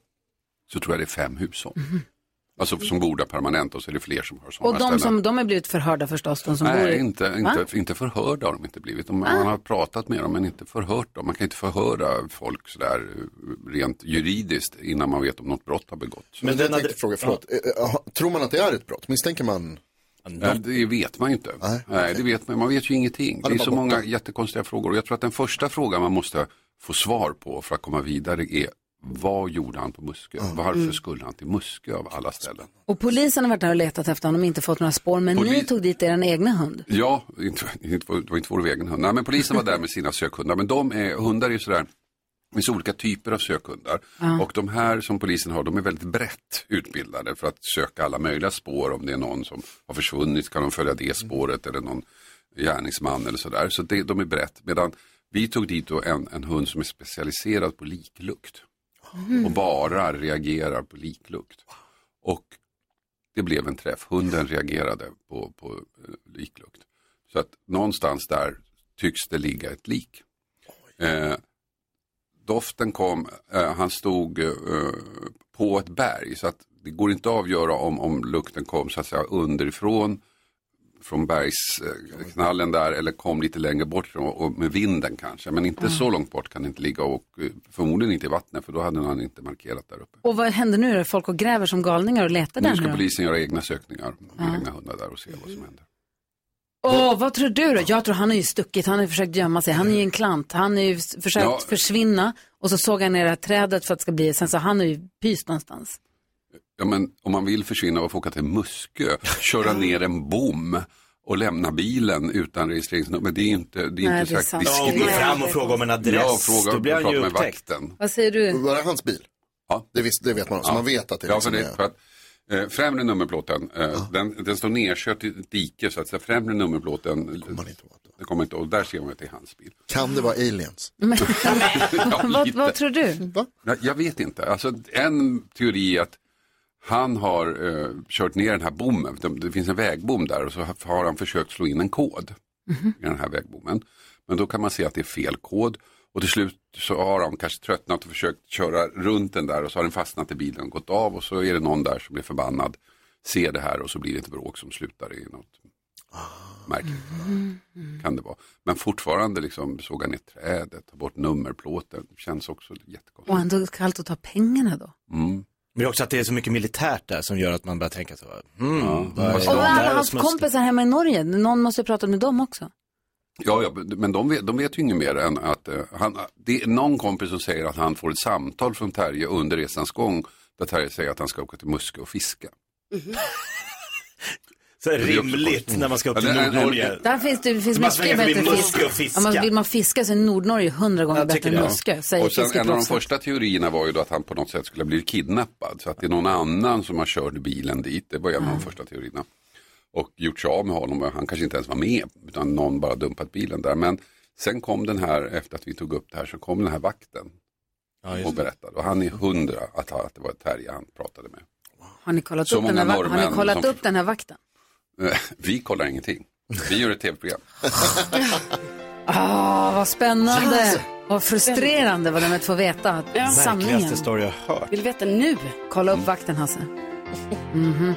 Speaker 17: så tror jag det är fem hushåll. Alltså som bor där permanent och så är det fler som har
Speaker 1: Mhm. Och de
Speaker 17: sommarställen.
Speaker 1: som, de har blivit förhörda förstås, de som bor
Speaker 17: Nej,
Speaker 1: i...
Speaker 17: inte,
Speaker 1: Va? Ah.
Speaker 17: inte, inte förhörda har de inte blivit. De,
Speaker 1: Va?
Speaker 17: Man har pratat med dem men inte förhört dem. Man kan inte förhöra folk sådär eh, rent juridiskt innan man vet om något brott har begåtts.
Speaker 4: Men jag tänkte fråga, förlåt. Eh, eh, ha- Tror man att det är ett brott? Misstänker man?
Speaker 17: Ja, det vet man ju inte. Nej, det vet man. Man vet ju ingenting.
Speaker 4: Ja,
Speaker 17: Det
Speaker 4: det
Speaker 17: är
Speaker 4: var
Speaker 17: så
Speaker 4: borta.
Speaker 17: många jättekonstiga frågor. Och jag tror att den första frågan man måste få svar på för att komma vidare är vad gjorde han på Muskö?
Speaker 4: Mm.
Speaker 17: Varför skulle han till Muskö av alla ställen?
Speaker 1: Och polisen har varit där och letat efter honom och inte fått några spår. Men ni tog dit er egna hund.
Speaker 17: Ja, inte, inte, det var inte vår egen hund. Nej, men polisen var där med sina sökhundar. Men de är, hundar är ju sådär, det finns olika typer av sökhundar.
Speaker 20: Ja.
Speaker 17: Och de här som polisen har, de är väldigt brett utbildade för att söka alla möjliga spår. Om det är någon som har försvunnit kan de följa det spåret eller någon gärningsman eller sådär. Så det, de är brett. Medan vi tog dit då en, en hund som är specialiserad på liklukt. Och bara reagerar på liklukt. Och det blev en träff. Hunden reagerade på, på eh, liklukt. Så att någonstans där tycks det ligga ett lik. Eh, doften kom, eh, han stod eh, på ett berg så att det går inte att avgöra om, om lukten kom så att säga underifrån från bergsknallen där eller kom lite längre bort från- och med vinden kanske. Men inte
Speaker 1: Ja.
Speaker 17: så långt bort kan det inte ligga och eh, förmodligen inte i vattnet för då hade han inte markerat där uppe.
Speaker 1: Och vad händer nu? Är det folk och gräver som galningar och letar
Speaker 17: Nu
Speaker 1: där
Speaker 17: ska
Speaker 1: nu?
Speaker 17: polisen göra egna sökningar med
Speaker 1: Ja.
Speaker 17: egna hundar där och se vad som händer.
Speaker 1: Åh, vad tror du då? Jag tror han har ju stuckit, han har ju försökt gömma sig, han är ju en klant, han har ju s- försökt
Speaker 17: Ja.
Speaker 1: försvinna och så såg han ner det här trädet för att det ska bli, sen så han har ju pyst någonstans.
Speaker 17: Ja men om man vill försvinna varför åka till Muskö, köra ner en bom och lämna bilen utan registreringsnummer. Det är inte, det är
Speaker 1: Nej,
Speaker 17: inte
Speaker 1: det är
Speaker 17: sagt
Speaker 1: sant.
Speaker 17: diskret.
Speaker 1: Ja, och gå fram och
Speaker 2: fråga om en adress.
Speaker 17: Ja, fråga,
Speaker 2: Då blir han ju
Speaker 17: prata med
Speaker 2: upptäckt.
Speaker 17: vakten.
Speaker 1: Vad säger du?
Speaker 17: Var det hans bil? Ja, det, visst, det vet man
Speaker 4: också. Man vet att det
Speaker 17: ja,
Speaker 4: liksom
Speaker 17: för
Speaker 4: är-
Speaker 17: det, för att, eh, Främre nummerplåten, eh, den, den står nerkört i ett dike så att säga, främre nummerplåten, det kommer man inte åt. Det kommer inte, och där ser man att det är hans bil.
Speaker 4: Kan det vara aliens?
Speaker 17: Ja,
Speaker 1: vad,
Speaker 17: lite.
Speaker 1: vad tror du?
Speaker 17: Nej, Jag vet inte. Alltså, en teori är att han har eh, kört ner den här bommen. Det, det finns en vägbom där och så har han försökt slå in en kod
Speaker 6: Mhm.
Speaker 17: i den här vägbommen. Men då kan man se att det är fel kod och till slut så har de kanske tröttnat och försökt köra runt den där och så har den fastnat i bilen och gått av och så är det någon där som blir förbannad, ser det här och så blir det ett bråk som slutar i något
Speaker 2: Ah.
Speaker 17: märkligt kan det vara. Men fortfarande liksom såga ner trädet, ta bort nummerplåten, känns också jättekonstigt.
Speaker 1: Och ändå kallt att ta pengarna då?
Speaker 17: Mm.
Speaker 2: Men det är också att det är så mycket militärt där som gör att man börjar tänka så. Mm,
Speaker 17: Ja,
Speaker 2: vad är
Speaker 17: fast
Speaker 2: det
Speaker 1: Och
Speaker 2: där
Speaker 1: vad alla hans
Speaker 2: smutsigt?
Speaker 1: kompisar hemma i Norge, någon måste ju prata med dem också.
Speaker 17: Ja, ja, men de vet, de vet ju inget mer än att eh, han, det är någon kompis som säger att han får ett samtal från Terje under resans gång där Terje säger att han ska åka till Muskö och fiska.
Speaker 2: Så
Speaker 17: Det är också
Speaker 2: rimligt
Speaker 17: konstigt.
Speaker 2: när man ska upp till
Speaker 17: Ja, det är-
Speaker 2: Nordnorge.
Speaker 1: Där finns det, det finns
Speaker 2: Man
Speaker 1: mycket
Speaker 2: svänger förbi
Speaker 1: bättre fisk.
Speaker 2: Muskö och fiskar.
Speaker 1: Om man, vill man fiska så är Nordnorge hundra gånger bättre än Muskö, säger
Speaker 17: Och sen, en av de
Speaker 1: fiskeproffsen.
Speaker 17: första teorierna var ju då att han på något sätt skulle bli kidnappad. Så att det är någon annan som har kört bilen dit. Det var en av de första teorierna. Och gjort sig av med honom. och Han kanske inte ens var med. Utan någon bara dumpat bilen där. Men sen kom den här, efter att vi tog upp det här, så kom den här vakten. och berättade. Och han är hundra att, att det var Terje han pratade med.
Speaker 1: Har ni kollat,
Speaker 17: Så
Speaker 1: upp den, här,
Speaker 17: många
Speaker 1: va- har
Speaker 17: norrmän
Speaker 1: ni kollat
Speaker 17: som-
Speaker 1: upp den här vakten?
Speaker 17: Vi kollar ingenting. Vi gör ett tv-program.
Speaker 1: Ah, vad spännande! Vad frustrerande vad de att få veta sanningen.
Speaker 2: Märkligaste story jag har hört. Mm-hmm.
Speaker 1: Vill veta nu? Kolla upp vakten, Hasse. Mhm.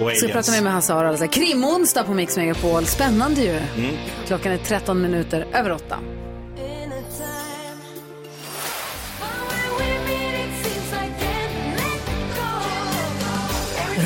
Speaker 2: Och
Speaker 1: Så jag pratar med, med Hasse Aro alldeles strax. Krimonsdag på Mix Megapol. Spännande ju.
Speaker 2: Mm.
Speaker 1: Klockan är 13 minuter över 8.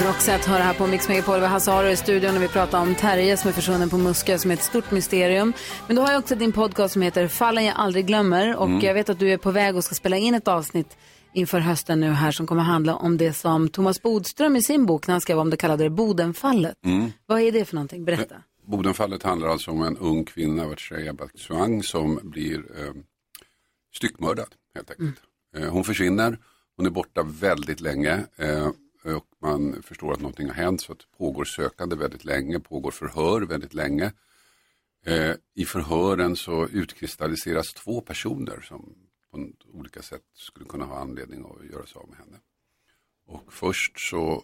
Speaker 1: Roxette hör här på Mix Megapol. Vi har Hasse Aro i studion och vi pratar om Terje som är försvunnen på Muskö som är ett stort mysterium. Men du har ju också din podcast som heter Fallen jag aldrig glömmer och
Speaker 18: Mm.
Speaker 1: jag vet att du är på väg och ska spela in ett avsnitt inför hösten nu här som kommer handla om det som Thomas Bodström i sin bok när han skrev om det kallade det Bodenfallet.
Speaker 17: Mm.
Speaker 1: Vad är det för någonting? Berätta.
Speaker 17: Bodenfallet handlar alltså om en ung kvinna, Vatshreya Bakhshuang, som blir eh, styckmördad helt enkelt. Eh, hon försvinner, hon är borta väldigt länge eh, och man förstår att någonting har hänt så att det pågår sökande väldigt länge, pågår förhör väldigt länge. Eh, I förhören så utkristalliseras två personer som på olika sätt skulle kunna ha anledning att göra sig av med henne. Och först så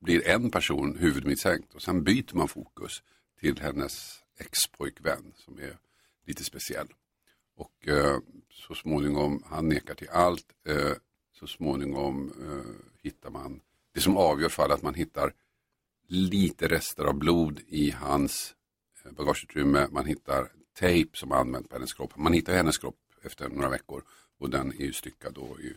Speaker 17: blir en person huvudmisstänkt och sen byter man fokus till hennes ex-pojkvän som är lite speciell. Och eh, så småningom, han nekar till allt, eh, så småningom eh, hittar man, det som avgör fallet, att man hittar lite rester av blod i hans eh, bagageutrymme, man hittar tejp som har använt på hennes kropp, man hittar hennes kropp efter några veckor och den är ju styckad och i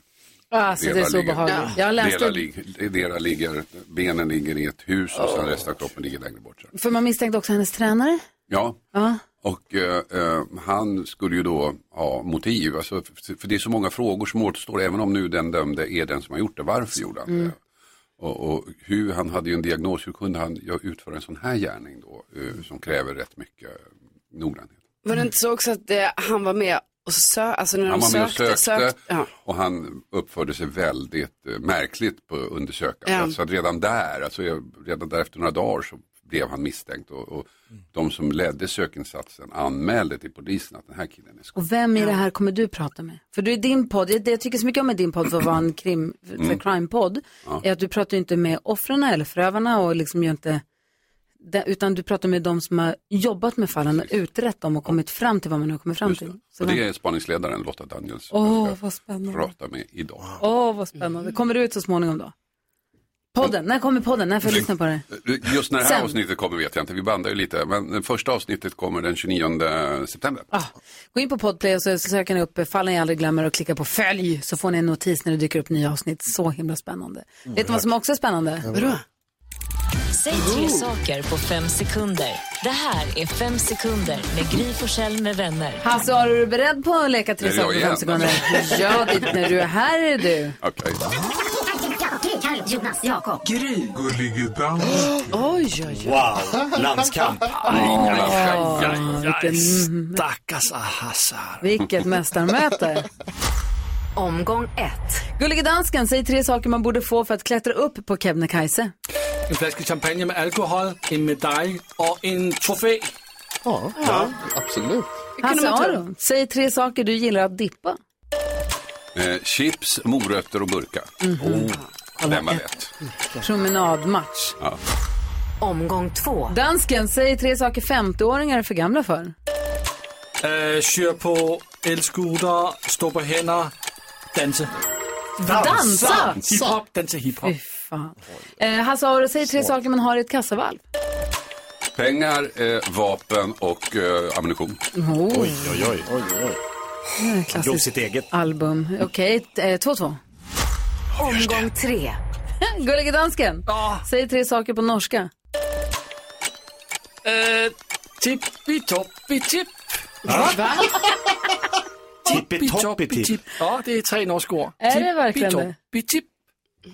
Speaker 1: Alltså, det är
Speaker 17: Delar
Speaker 1: så
Speaker 17: ligger-
Speaker 1: obehagligt. Jag läste
Speaker 17: Delar, ligger, delar ligger, benen ligger i ett hus och sen resten av kroppen ligger längre bort.
Speaker 1: För man misstänkte också hennes tränare.
Speaker 17: Ja,
Speaker 1: Ja.
Speaker 17: och eh, eh, han skulle ju då ha motiv, alltså, för, för det är så många frågor som återstår, även om nu den dömde är den som har gjort det, varför gjorde han det?
Speaker 1: Mm.
Speaker 17: Och, och hur, han hade ju en diagnos, hur kunde han ja, utföra en sån här gärning då, eh, som kräver rätt mycket eh, noggrannhet?
Speaker 6: Var det inte så också att eh, han var med och sökte? Alltså när
Speaker 17: Han
Speaker 6: de
Speaker 17: var med och
Speaker 6: sökte,
Speaker 17: sökte,
Speaker 6: sökte. Ja.
Speaker 17: och han uppförde sig väldigt eh, märkligt på undersökandet.
Speaker 6: Ja.
Speaker 17: Så att redan där, alltså jag- redan där efter några dagar så blev han misstänkt och, och de som ledde sökinsatsen anmälde till polisen att den här killen är
Speaker 1: Och vem i det här kommer du prata med? För du är din podd, det jag tycker så mycket om med din podd för att vara en krim, för
Speaker 17: Mm.
Speaker 1: crime-podd,
Speaker 17: Ja.
Speaker 1: är att du pratar ju inte med offren eller förövarna och liksom gör inte, det- utan du pratar med de som har jobbat med fallen och utrett dem och kommit fram till vad man nu kommer fram till. Så
Speaker 17: Och
Speaker 1: vem-
Speaker 17: det är spaningsledaren Lotta Daniels som
Speaker 1: Åh,
Speaker 17: jag ska
Speaker 1: vad spännande.
Speaker 17: prata med idag.
Speaker 1: Åh, vad spännande. Kommer du ut så småningom då? Podden, när kommer podden? När får
Speaker 17: Mm.
Speaker 1: jag lyssna på det?
Speaker 17: Eh, Just när det här
Speaker 1: Sen.
Speaker 17: avsnittet kommer vet jag inte, vi bandar ju lite. Men det första avsnittet kommer den 29 september.
Speaker 1: Gå in på Podplay och så söker ni upp Fallen jag aldrig glömmer och klicka på följ så får ni en notis när det dyker upp nya avsnitt. Så himla spännande.
Speaker 17: Mm.
Speaker 1: Vet du vad som också är spännande? Vadå?
Speaker 3: Säg tre saker på fem sekunder. Det här är Fem sekunder med Gry Forssell med vänner.
Speaker 1: Hasse, Alltså, är du beredd på att leka tre
Speaker 3: Är det jag
Speaker 1: saker på fem
Speaker 3: igen?
Speaker 1: sekunder? Ja, det, när du är här är du.
Speaker 17: Okej.
Speaker 3: Okay.
Speaker 18: Jonas, Jakob.
Speaker 19: Gry. Gullige dans.
Speaker 1: Oj, oj,
Speaker 2: Wow, landskamp.
Speaker 9: vilken stackars Ahasar.
Speaker 1: Vilket mästarmöte.
Speaker 18: Omgång ett.
Speaker 1: Gullige dansken, säg tre saker man borde få för att klättra upp på Kebnekaise.
Speaker 9: En flaska champagne med alkohol, en medalj och en trofé.
Speaker 4: Ja, absolut.
Speaker 1: Hasse Aro, säg tre saker du gillar att dippa.
Speaker 17: Eh, chips, morötter och burkar.
Speaker 6: Mm.
Speaker 1: Mhm.
Speaker 17: Oh, den var lätt.
Speaker 1: Promenadmatch.
Speaker 17: Ja.
Speaker 18: Omgång två.
Speaker 1: Dansken, säg tre saker 50-åringar är för gamla för.
Speaker 9: Eh, kör på elskoter, stå på händer, dansa.
Speaker 1: Dansa!
Speaker 9: Hiphop, dansa hiphop.
Speaker 1: Fan. Eh, Hasse Aro, säg tre
Speaker 17: Svårt.
Speaker 1: saker man har i ett kassavalv.
Speaker 17: Pengar, eh, vapen och eh, ammunition.
Speaker 1: Oh. Oj,
Speaker 17: oj, oj. oj,
Speaker 1: Eh, Klassiskt
Speaker 17: sitt eget.
Speaker 1: album. Okej, t- eh, 2-2.
Speaker 18: Omgång tre.
Speaker 1: Gullige dansken, säg tre saker på norska.
Speaker 9: Eh, Tippi-toppi-tipp.
Speaker 1: Va?
Speaker 9: Tippi-toppi-tipp. Ja, det är tre norska ord.
Speaker 1: Är det verkligen det?
Speaker 9: Tippi-toppi-tipp.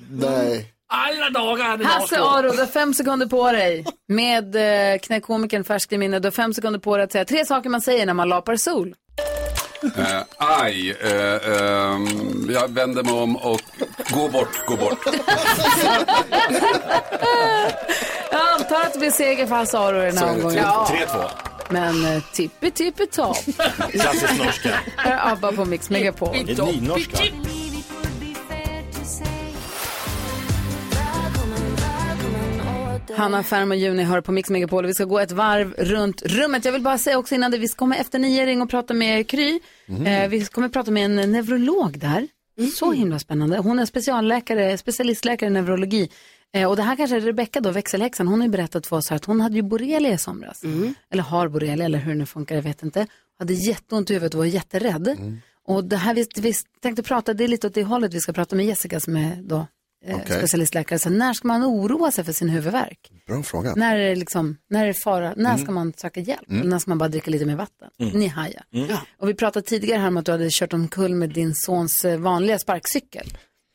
Speaker 4: Nej.
Speaker 9: Alla dagar är det
Speaker 1: Hasse
Speaker 9: norska ord.
Speaker 1: Aro, du har fem sekunder på dig. Med eh, knäckkomikern färskt i minne, du har fem sekunder på dig att säga tre saker man säger när man lapar sol.
Speaker 17: Eh, aj, eh, ehm, jag vänder mig om och gå bort, gå bort.
Speaker 1: Jag antar att det blir seger för Hasse Aro i den här omgången. Men eh, tippi tippi topp.
Speaker 2: Klassisk norska.
Speaker 1: Här är ABBA på Mix Megapol.
Speaker 2: Det är nynorska.
Speaker 1: eh, Hanna Färm och Juni hör på Mix Megapol och vi ska gå ett varv runt rummet. Jag vill bara säga också innan det, vi ska komma efter nio ring och prata med Kry.
Speaker 20: Mm.
Speaker 1: Eh, vi kommer prata med en neurolog där. Så himla spännande. Hon är specialläkare, specialistläkare i neurologi. Eh, och det här kanske är Rebecka då, växelhäxan. Hon har ju berättat för oss här att hon hade ju borrelia i somras. Eller har borrelia, eller hur det nu funkar, jag vet inte. Hade jätteont i huvudet och var jätterädd. Och det här, vi, vi tänkte prata, det är lite åt det hållet vi ska prata med Jessica som är då eh,
Speaker 4: Okej.
Speaker 1: specialistläkare. Så när ska man oroa sig för sin huvudvärk?
Speaker 4: Bra fråga.
Speaker 1: När är det liksom, när är det fara, när
Speaker 4: Mm.
Speaker 1: ska man söka hjälp?
Speaker 4: Mm.
Speaker 1: När ska man bara dricka lite mer vatten?
Speaker 4: Mm.
Speaker 1: Ni hajar.
Speaker 4: Mm.
Speaker 1: Och vi pratade tidigare här om att du hade kört omkull med din sons eh, vanliga sparkcykel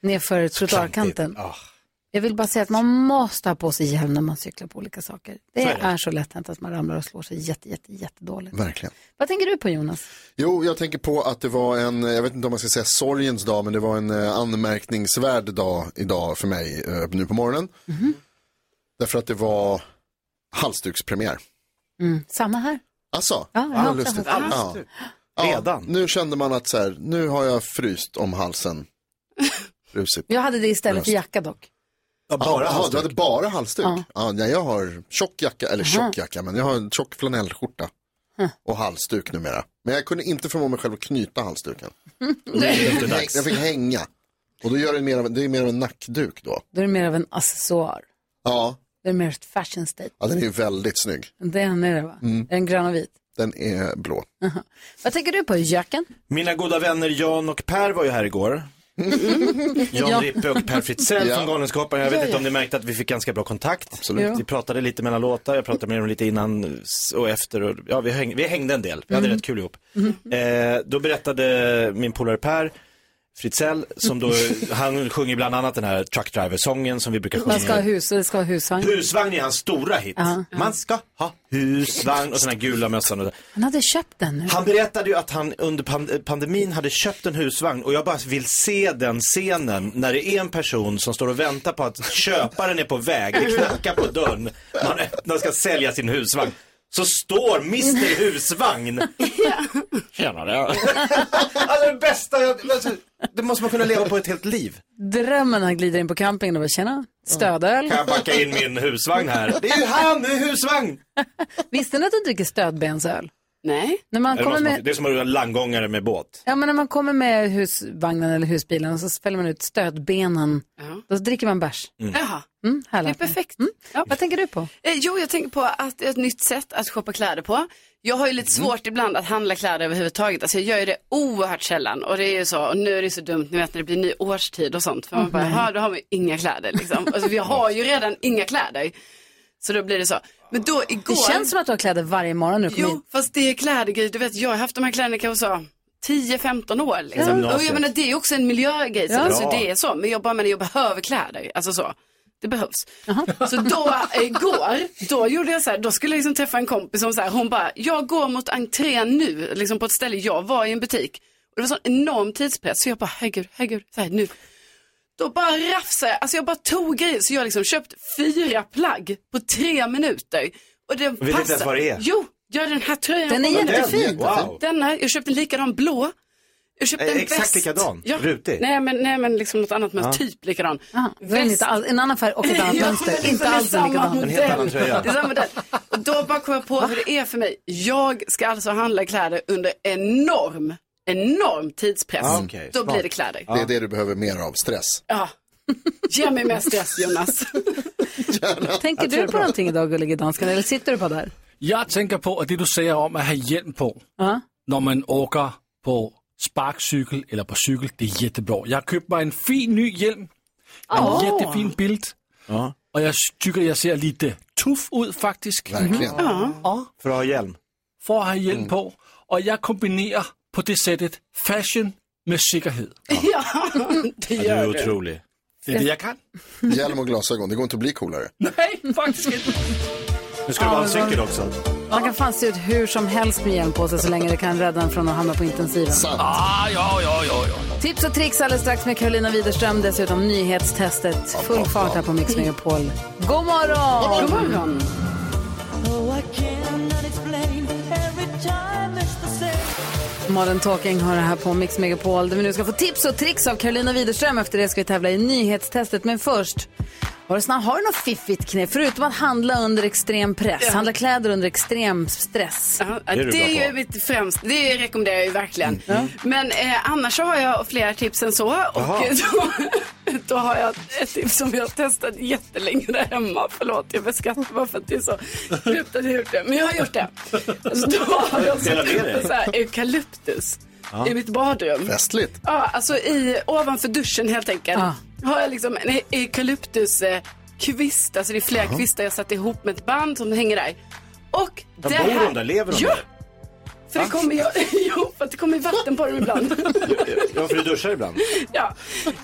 Speaker 1: nerför trottoarkanten.
Speaker 2: Ah.
Speaker 1: Jag vill bara säga att man måste ha på sig hjälm när man cyklar på olika saker. Det
Speaker 4: Så är
Speaker 1: är,
Speaker 4: det.
Speaker 1: så lätt hänt att man ramlar och slår sig jätte, jätte, jättedåligt.
Speaker 4: Verkligen.
Speaker 1: Vad tänker du på Jonas?
Speaker 4: Jo, jag tänker på att det var en, jag vet inte om man ska säga sorgens dag, men det var en eh, anmärkningsvärd dag idag för mig eh, nu på morgonen.
Speaker 1: Mm.
Speaker 4: Därför att det var halsdukspremiär.
Speaker 1: Mm. Samma här.
Speaker 4: Alltså,
Speaker 1: Ja, jag har
Speaker 4: vad
Speaker 1: också
Speaker 4: lustigt.
Speaker 1: haft
Speaker 4: Ja.
Speaker 1: halsduk.
Speaker 4: Ja, nu kände man att så här, nu har jag fryst om halsen. Frusit.
Speaker 1: Jag hade det istället för
Speaker 4: Bröst.
Speaker 1: jacka dock.
Speaker 4: Ja,
Speaker 1: bara
Speaker 4: aha, du
Speaker 1: halsduk.
Speaker 4: hade bara halsduk?
Speaker 1: Ja.
Speaker 4: Ja. nej, jag har tjock jacka, eller
Speaker 1: Aha.
Speaker 4: tjock jacka, men jag har en tjock flanellskjorta.
Speaker 1: Hm.
Speaker 4: Och halsduk numera. Men jag kunde inte förmå mig själv att knyta halsduken. Jag
Speaker 1: Nej.
Speaker 4: fick, häng- jag fick hänga. Och då gör det, mer av, det är mer av en nackduk då.
Speaker 1: Då är det mer av en accessoar.
Speaker 4: Ja,
Speaker 1: Det är mer ett fashion statement.
Speaker 4: ja den är ju väldigt snygg.
Speaker 1: Den är det va?
Speaker 4: Mm.
Speaker 1: Är den grön och vit?
Speaker 4: Den är blå.
Speaker 1: Vad tänker du på Jacken?
Speaker 2: Mina goda vänner Jan och Per var ju här igår. Jan
Speaker 1: Mm. Ja.
Speaker 2: Rippe och Per Fritzell
Speaker 1: Ja.
Speaker 2: från Galenskaparna. Jag
Speaker 1: Ja,
Speaker 2: vet
Speaker 1: ja.
Speaker 2: inte om ni märkte att vi fick ganska bra kontakt.
Speaker 1: Absolut. Ja.
Speaker 2: Vi pratade lite mellan låtar, jag pratade med dem lite innan och efter. Och, ja, vi, häng, vi hängde en del, vi hade
Speaker 1: Mm.
Speaker 2: rätt kul ihop. Eh, då berättade min polare Per Fritzell, som då, han sjunger bland annat den här Truck Driver-sången som vi brukar sjunga.
Speaker 1: Man ska ha hus, det ska ha husvagn.
Speaker 2: Husvagn är hans stora hit.
Speaker 1: Ja.
Speaker 2: Man ska ha husvagn och såna här gula mössan. Och det.
Speaker 1: Han hade köpt den nu.
Speaker 2: Han berättade ju att han under pan- pandemin hade köpt en husvagn och jag bara vill se den scenen när det är en person som står och väntar på att köparen är på väg, det knackar på dörren, man öppnar och ska sälja sin husvagn. Så står Mr Husvagn. Tjenare. Alltså det bästa, jag, alltså, det måste man kunna leva på ett helt liv.
Speaker 1: Drömmen när han glider in på campingen och bara tjena, stödöl.
Speaker 2: Kan jag backa in min husvagn här? Det är ju han, det är husvagn.
Speaker 1: Visste ni att han dricker stödbensöl?
Speaker 6: Nej.
Speaker 1: När man
Speaker 2: det, är
Speaker 1: kommer
Speaker 2: någon som har-
Speaker 1: med,
Speaker 2: det är som att rulla landgångare med båt.
Speaker 1: ja, men när man kommer med husvagnen eller husbilen och så fäller man ut stödbenen, då dricker man bärs.
Speaker 2: Mm.
Speaker 6: Jaha.
Speaker 1: Mm,
Speaker 6: Det är
Speaker 1: härligt.
Speaker 6: perfekt.
Speaker 1: Vad tänker du på?
Speaker 6: Eh, jo, jag tänker på att ett nytt sätt att shoppa kläder på. Jag har ju lite svårt ibland att handla kläder överhuvudtaget. Alltså jag gör ju det oerhört sällan. Och det är ju så, och nu är det så dumt, ni vet när det blir ny årstid och sånt. För man
Speaker 1: Åh,
Speaker 6: bara,
Speaker 1: nej.
Speaker 6: jaha, då har man ju inga kläder liksom. Alltså vi har ju redan inga kläder. Så då blir det så. Men då igår...
Speaker 1: Det känns som att du har kläder varje morgon nu.
Speaker 6: Jo, fast det är klädgrej. Du vet, jag har haft de här kläderna kanske så 10-15 år.
Speaker 2: Sen
Speaker 6: Liksom.
Speaker 2: gymnasiet.
Speaker 6: Och jag menar, det är ju också en miljögrej, så
Speaker 2: Ja.
Speaker 6: alltså,
Speaker 2: Bra.
Speaker 6: det är så. Men jag bara menar, jag behöver kläder, alltså så. Det behövs. Så då, eh, igår, då gjorde jag så här, då skulle jag liksom träffa en kompis som så här, hon bara, jag går mot entrén nu, liksom på ett ställe, jag var i en butik. Och det var sån enorm tidspress, så jag bara, herregud, herregud, så här nu. Då bara rafsade jag, alltså jag bara tog grejer, så jag har liksom köpt fyra plagg på tre minuter. Och det
Speaker 2: vet inte ens vad det är.
Speaker 6: Jo, ja den här tröjan.
Speaker 2: Den är
Speaker 6: kolla
Speaker 2: jättefin. Wow.
Speaker 6: Den här, jag köpte en likadan blå. Jag köpte
Speaker 2: Eh,
Speaker 6: en
Speaker 2: exakt
Speaker 6: väst.
Speaker 2: likadan, rutig.
Speaker 6: Nej men, nej men liksom något annat men
Speaker 2: Ja.
Speaker 6: typ likadan.
Speaker 1: Då är den inte alls- en annan färg och ett annat
Speaker 6: Ja,
Speaker 1: mönster.
Speaker 6: men
Speaker 1: Inte
Speaker 6: det är
Speaker 1: alls
Speaker 6: samma
Speaker 1: likadan.
Speaker 6: modell.
Speaker 2: En helt annan tröja.
Speaker 6: Det är samma modell. Och då bara kom jag på hur det är för mig. Jag ska alltså handla kläder under enorm, enorm tidspress.
Speaker 4: Ja, okej,
Speaker 6: Då
Speaker 4: smart.
Speaker 6: blir det kläder.
Speaker 4: Mm. Det är det du behöver mer av, stress.
Speaker 6: Ja. Ge mig mer stress Jonas.
Speaker 1: Tänker
Speaker 9: Jag tror det
Speaker 1: du
Speaker 9: är
Speaker 1: på
Speaker 9: bra.
Speaker 1: någonting idag, gullige dansken, eller sitter du på där?
Speaker 9: Jag tänker på att det du säger om att ha hjälm på
Speaker 1: Ja.
Speaker 9: när man åker på sparkcykel eller på cykel, det är jättebra. Jag har köpt mig en fin ny hjälm, en
Speaker 1: Åh.
Speaker 9: jättefin bild och jag tycker jag ser lite tuff ut faktiskt.
Speaker 2: Verkligen.
Speaker 9: Ja.
Speaker 2: För att ha hjälm.
Speaker 9: För att ha hjälm på och jag kombinerar på det sättet fashion med säkerhet.
Speaker 6: Ja, det
Speaker 4: Ja, du är
Speaker 6: gör du.
Speaker 4: otrolig.
Speaker 9: Det är det jag kan.
Speaker 4: Hjälm och glasögon, det går inte att bli coolare.
Speaker 9: Nej, faktiskt inte.
Speaker 2: Nu ska du ha en cykel också.
Speaker 1: Man kan fan se ut hur som helst med hjälm på sig så länge det kan rädda en från att hamna på intensiven.
Speaker 9: Ah, ja, ja, ja, ja.
Speaker 1: Tips och tricks alldeles strax med Carolina Widerström, dessutom nyhetstestet. Full fart här på Mix Megapol. God
Speaker 21: God
Speaker 1: morgon! morgon! Malin Talking har det här på Mix Megapol där vi nu ska få tips och tricks av Carolina Widerström. Efter det ska vi tävla i nyhetstestet. Men först, har du, såna, har du något fiffigt knep? Förutom att handla under extrem press, handla kläder under extrem stress.
Speaker 6: Det är, ju mitt främst, det rekommenderar jag ju verkligen. Men eh, annars så har jag fler tips än så. Och
Speaker 1: Jaha.
Speaker 6: då, då har jag ett tips som jag har testat jättelänge där hemma. Förlåt, jag beskattar bara för att det är så djupt att jag har gjort det. Men jag har gjort det. Så då har jag
Speaker 21: Dela
Speaker 6: satt
Speaker 21: med dig.
Speaker 6: upp så här eukalyptus
Speaker 21: Ja.
Speaker 6: i mitt badrum.
Speaker 4: Festligt.
Speaker 6: Ja, alltså i, ovanför duschen helt enkelt. Har jag liksom en e- eukalyptus eh, kvist, alltså det är flera
Speaker 2: Jaha.
Speaker 6: kvistar jag satt ihop med ett band som hänger där. Och
Speaker 2: Ja,
Speaker 6: det
Speaker 2: bor
Speaker 6: här-
Speaker 2: de där? Lever de
Speaker 6: ja,
Speaker 2: där?
Speaker 6: För det kommer, jag, jo, för att det kommer vatten på dem ibland.
Speaker 2: Ja, för du duschar ibland.
Speaker 6: ja.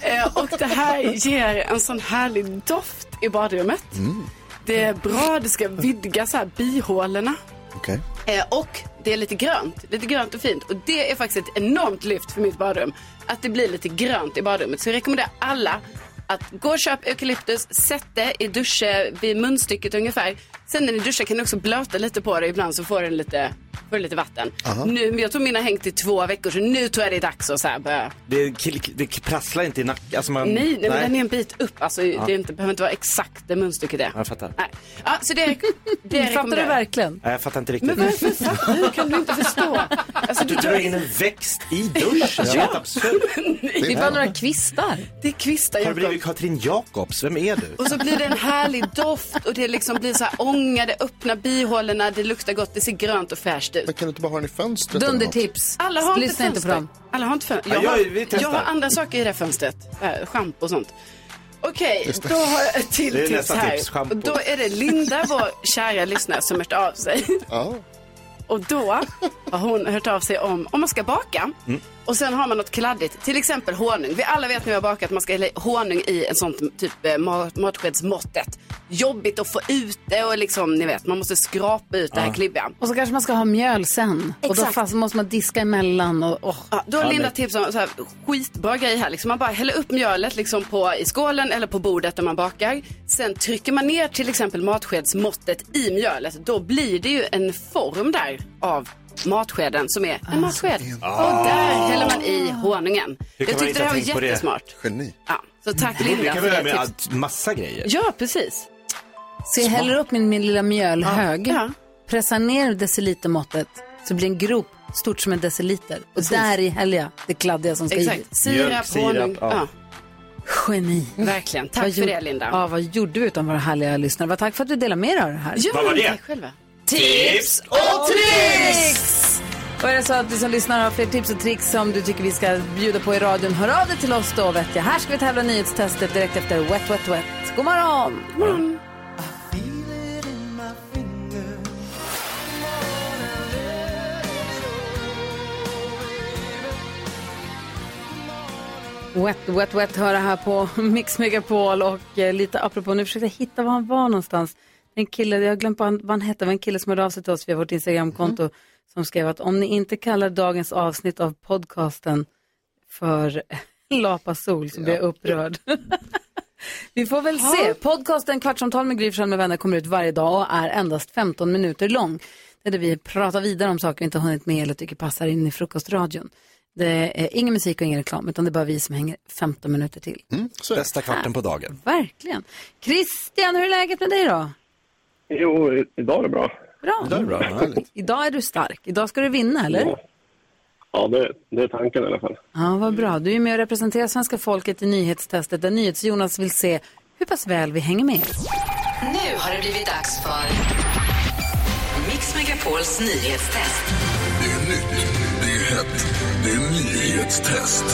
Speaker 6: eh, och det här ger en sån härlig doft i badrummet.
Speaker 4: Mm,
Speaker 6: Det är bra, det ska vidga så här bihålorna.
Speaker 4: Okej.
Speaker 6: Eh, och det är lite grönt, lite grönt och fint. Och det är faktiskt ett enormt lyft för mitt badrum. Att det blir lite grönt i badrummet. Så jag rekommenderar alla att gå och köp eukalyptus, sätt det i duschen vid munstycket ungefär. Sen när ni duschar kan ni också blöta lite på det ibland så får den lite, får den lite vatten.
Speaker 2: Aha.
Speaker 6: Nu, men jag tror mina har hängt i två veckor så nu tror jag det är dags att så här börja.
Speaker 2: Det, kill- det prasslar inte i nacken. Alltså man...
Speaker 6: Nej, nej, men den är en bit upp. Alltså,
Speaker 2: Ja.
Speaker 6: Det är inte, behöver inte vara exakt där munstycket är.
Speaker 2: Ja, Jag fattar.
Speaker 6: Nej. Ja, så det, det
Speaker 1: Fattar du verkligen?
Speaker 2: Nej, jag fattar inte riktigt.
Speaker 6: Men varför fattar Hur kan du inte förstå? Alltså,
Speaker 2: Du drar in en växt i duschen. Det är
Speaker 6: Ja.
Speaker 2: helt absurt.
Speaker 1: Det är bara några kvistar.
Speaker 6: Det är kvistar,
Speaker 2: Har du
Speaker 6: Jakob.
Speaker 2: blivit Katrin Jakobs? Vem är du?
Speaker 6: Och så blir det en härlig doft och det liksom blir så här ånga, det öppnar bihålorna, det luktar gott, det ser grönt och fräscht ut.
Speaker 4: Men kan du inte bara ha den i fönstret? eller något?
Speaker 1: Dundertips.
Speaker 6: Alla har
Speaker 1: Lyssna
Speaker 6: inte
Speaker 1: inte
Speaker 6: fönster.
Speaker 1: på dem.
Speaker 6: Alla har inte fönster.
Speaker 4: Ja,
Speaker 6: har,
Speaker 4: jag- vi testar.
Speaker 6: jag har andra saker i det här fönstret. Äh, Schampo och sånt. Okej,
Speaker 2: Just det.
Speaker 6: då har jag ett till
Speaker 2: Det är
Speaker 6: tips
Speaker 2: nästa
Speaker 6: här.
Speaker 2: tips, schampo.
Speaker 6: och då är det Linda, vår kära lyssnare, som hört av sig. Och då har hon hört av sig om, om man ska baka. Och sen har man något kladdigt, till exempel honung. Vi alla vet när vi har bakat att man ska hälla i honung i en sån typ eh, mat, matskedsmåttet. Jobbigt att få ut det och liksom, ni vet, man måste skrapa ut det här
Speaker 1: Ja.
Speaker 6: klibbiga.
Speaker 1: Och så kanske man ska ha mjöl sen. Och då
Speaker 6: Exakt.
Speaker 1: fast måste man diska emellan. Och, åh.
Speaker 6: Ja, då har Linda tips om så här, skitbra grej här. Liksom man bara häller upp mjölet liksom på, i skålen eller på bordet där man bakar. Sen trycker man ner till exempel matskedsmåttet i mjölet. Då blir det ju en form där av matskeden som är en matsked.
Speaker 5: Ah.
Speaker 6: Och där häller man i honungen.
Speaker 2: Hur kan
Speaker 6: Jag
Speaker 2: man
Speaker 6: tyckte
Speaker 2: inte
Speaker 6: det
Speaker 2: ha
Speaker 6: här var
Speaker 2: tänkt på
Speaker 6: jättesmart.
Speaker 4: Geni.
Speaker 6: Ja, så tack
Speaker 2: Det
Speaker 6: Linda
Speaker 2: kan
Speaker 6: för
Speaker 2: vi göra
Speaker 6: det
Speaker 2: med
Speaker 6: tipset.
Speaker 2: att- massa grejer.
Speaker 6: Ja, precis.
Speaker 1: Så jag häller upp min, min lilla mjölhög, pressar ner decilitermåttet så det blir en grop stort som en deciliter. Och där i häller jag det kladdiga som ska i.
Speaker 6: Exakt. Sirap, honung. Ja.
Speaker 1: Geni.
Speaker 6: Verkligen. Tack
Speaker 1: Vad
Speaker 6: för
Speaker 1: gjorde-
Speaker 6: det, Linda.
Speaker 1: Ja, vad gjorde vi utan våra härliga lyssnare? Vad tack för att du delade med dig av det här.
Speaker 6: Ja, Vad var det? tack själva.
Speaker 21: Tips
Speaker 6: och
Speaker 21: tricks!
Speaker 1: Och är det så att du som lyssnar har fler tips och tricks som du tycker vi ska bjuda på i radion, hör av dig till oss då vet jag. Här ska vi tävla nyhetstestet direkt efter Wet Wet Wet. God morgon! God morgon! Wet, wet, wet hör det här på Mix Megapol och eh, lite apropå, nu försökte jag hitta var han var någonstans. En kille, jag har glömt vad han, vad han hette, det var en kille som hörde av sig till oss via vårt Instagramkonto som skrev att om ni inte kallar dagens avsnitt av podcasten för Lapasol så blir jag upprörd. Vi får väl se. Podcasten Kvartsamtal med Gry Forssell med vänner kommer ut varje dag och är endast 15 minuter lång. Det är där vi pratar vidare om saker vi inte har hunnit med eller tycker passar in i frukostradion. Det är ingen musik och ingen reklam, utan det är bara vi som hänger 15 minuter till.
Speaker 4: Mm,
Speaker 2: Bästa kvarten på dagen.
Speaker 1: Verkligen. Christian, hur är läget med dig då?
Speaker 22: Jo, i- idag är det bra.
Speaker 1: Bra.
Speaker 2: Det är bra.
Speaker 1: Idag är du stark. Idag ska du vinna, eller? Ja,
Speaker 22: Ja, det, det är tanken i alla fall.
Speaker 1: vad bra. Du är med och representerar svenska folket i nyhetstestet där NyhetsJonas vill se hur pass väl vi hänger med.
Speaker 18: Nu har det blivit dags för Mix Megapols nyhetstest.
Speaker 19: Det är nytt, det är hett, det är nyhetstest.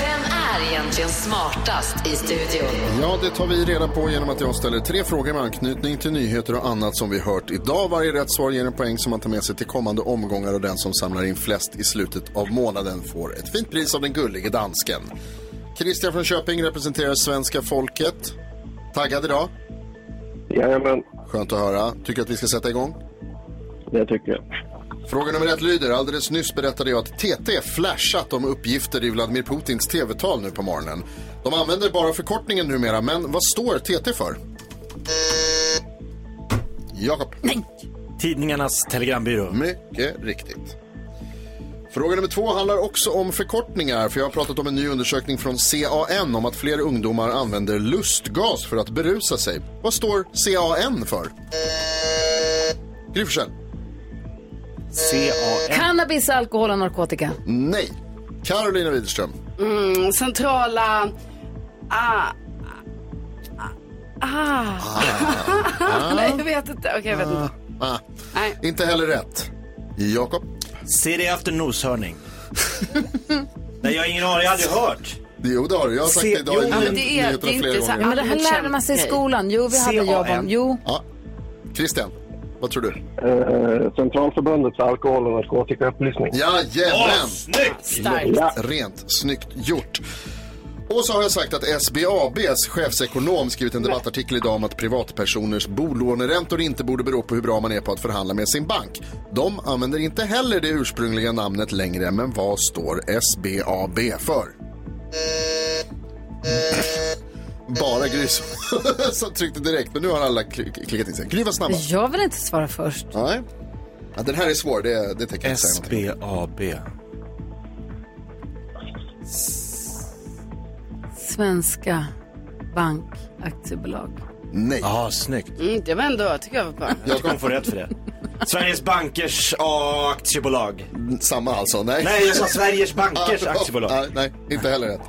Speaker 18: Vem är egentligen smartast i studion?
Speaker 4: Ja, det tar vi reda på genom att jag ställer tre frågor med anknytning till nyheter och annat som vi hört idag. Varje rätt svar ger en poäng som man tar med sig till kommande omgångar och den som samlar in flest i slutet av månaden får ett fint pris av den gullige dansken. Christian från Köping representerar svenska folket. Taggad idag?
Speaker 22: Jajamän.
Speaker 4: Skönt att höra. Tycker att vi ska sätta igång?
Speaker 22: Det tycker jag.
Speaker 4: Fråga nummer ett lyder, alldeles nyss berättade jag att TT flashat om uppgifter i Vladimir Putins TV-tal nu på morgonen. De använder bara förkortningen numera, men vad står TT för? Jakob. Nej.
Speaker 2: Tidningarnas telegrambyrå.
Speaker 4: Mycket riktigt. Fråga nummer två handlar också om förkortningar, för jag har pratat om en ny undersökning från CAN om att fler ungdomar använder lustgas för att berusa sig. Vad står CAN för? Gry Forssell.
Speaker 1: Cannabis, alkohol och narkotika.
Speaker 4: Nej. Carolina Widerström.
Speaker 6: Mm, centrala... Ah, ah.
Speaker 4: Ah.
Speaker 6: Nej, jag vet inte. Okej, jag vet inte.
Speaker 4: Ah. Inte heller rätt. Jakob?
Speaker 2: Se det efter noshörning. Nej, jag har ingen aning. Jag har aldrig hört.
Speaker 4: Jo, det har du. Jag har sagt
Speaker 2: Se-
Speaker 4: det idag
Speaker 2: Jo,
Speaker 4: i
Speaker 2: men det är-
Speaker 4: nyheterna
Speaker 2: det är
Speaker 4: flera
Speaker 2: inte så-
Speaker 4: gånger.
Speaker 1: Ja, men det här lärde man sig i skolan. Jo, vi hade jobb om. Jo,
Speaker 4: Ja. Christian, vad tror du?
Speaker 22: Eh, Centralförbundets alkohol och narkotikaupplysning.
Speaker 4: Jajamän!
Speaker 22: Starkt.
Speaker 4: Ja. Rent snyggt gjort. Och så har jag sagt att SBABs chefsekonom skrivit en debattartikel idag om att privatpersoners bolåneräntor inte borde bero på hur bra man är på att förhandla med sin bank. De använder inte heller det ursprungliga namnet längre, men vad står SBAB för? Bara Gry som- som tryckte direkt, men nu har alla kli- klickat in sig. Gry var snabbast.
Speaker 1: jag vill inte svara först.
Speaker 4: Nej. Ja, den här är svår, det, det tänker jag inte säga någonting om.
Speaker 2: SBAB.
Speaker 1: Svenska Bank Aktiebolag.
Speaker 4: Nej.
Speaker 2: Ja, snyggt.
Speaker 6: Mm, det var ändå, tycker jag var bra.
Speaker 2: Jag kommer få rätt för det. Sveriges Bankers A aktiebolag.
Speaker 4: Samma alltså? Nej.
Speaker 2: Nej, jag sa Sveriges Bankers
Speaker 4: Ja,
Speaker 2: aktiebolag.
Speaker 4: Nej, nej, inte heller rätt.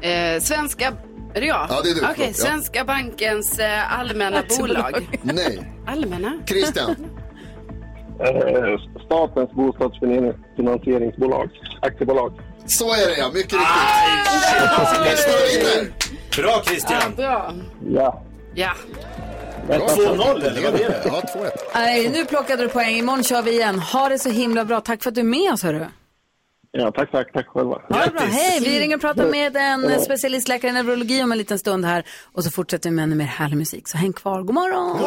Speaker 6: Eh, svenska... Är det jag?
Speaker 4: Ja, det är du,
Speaker 6: Okej,
Speaker 4: förlåt, ja.
Speaker 6: Svenska Bankens eh, allmänna bolag.
Speaker 4: Nej.
Speaker 6: Allmänna?
Speaker 4: Christian?
Speaker 22: Eh, Statens bostadsfinansieringsbolag. Aktiebolag.
Speaker 4: Så är det ja, mycket riktigt.
Speaker 2: Ah, Bra Christian!
Speaker 6: Ja, bra.
Speaker 22: Ja.
Speaker 6: Ja.
Speaker 22: Bra.
Speaker 2: 2-0 eller vad är det?
Speaker 4: Ja, 2-1.
Speaker 1: Nej, nu plockade du poäng. Imorgon kör vi igen. Ha det så himla bra. Tack för att du är med oss, hörru.
Speaker 22: Ja, tack, tack, tack själva.
Speaker 1: Ha det bra. Hej, vi ringer och pratar med en specialistläkare i neurologi om en liten stund här. Och så fortsätter vi med ännu mer härlig musik. Så häng kvar. God morgon!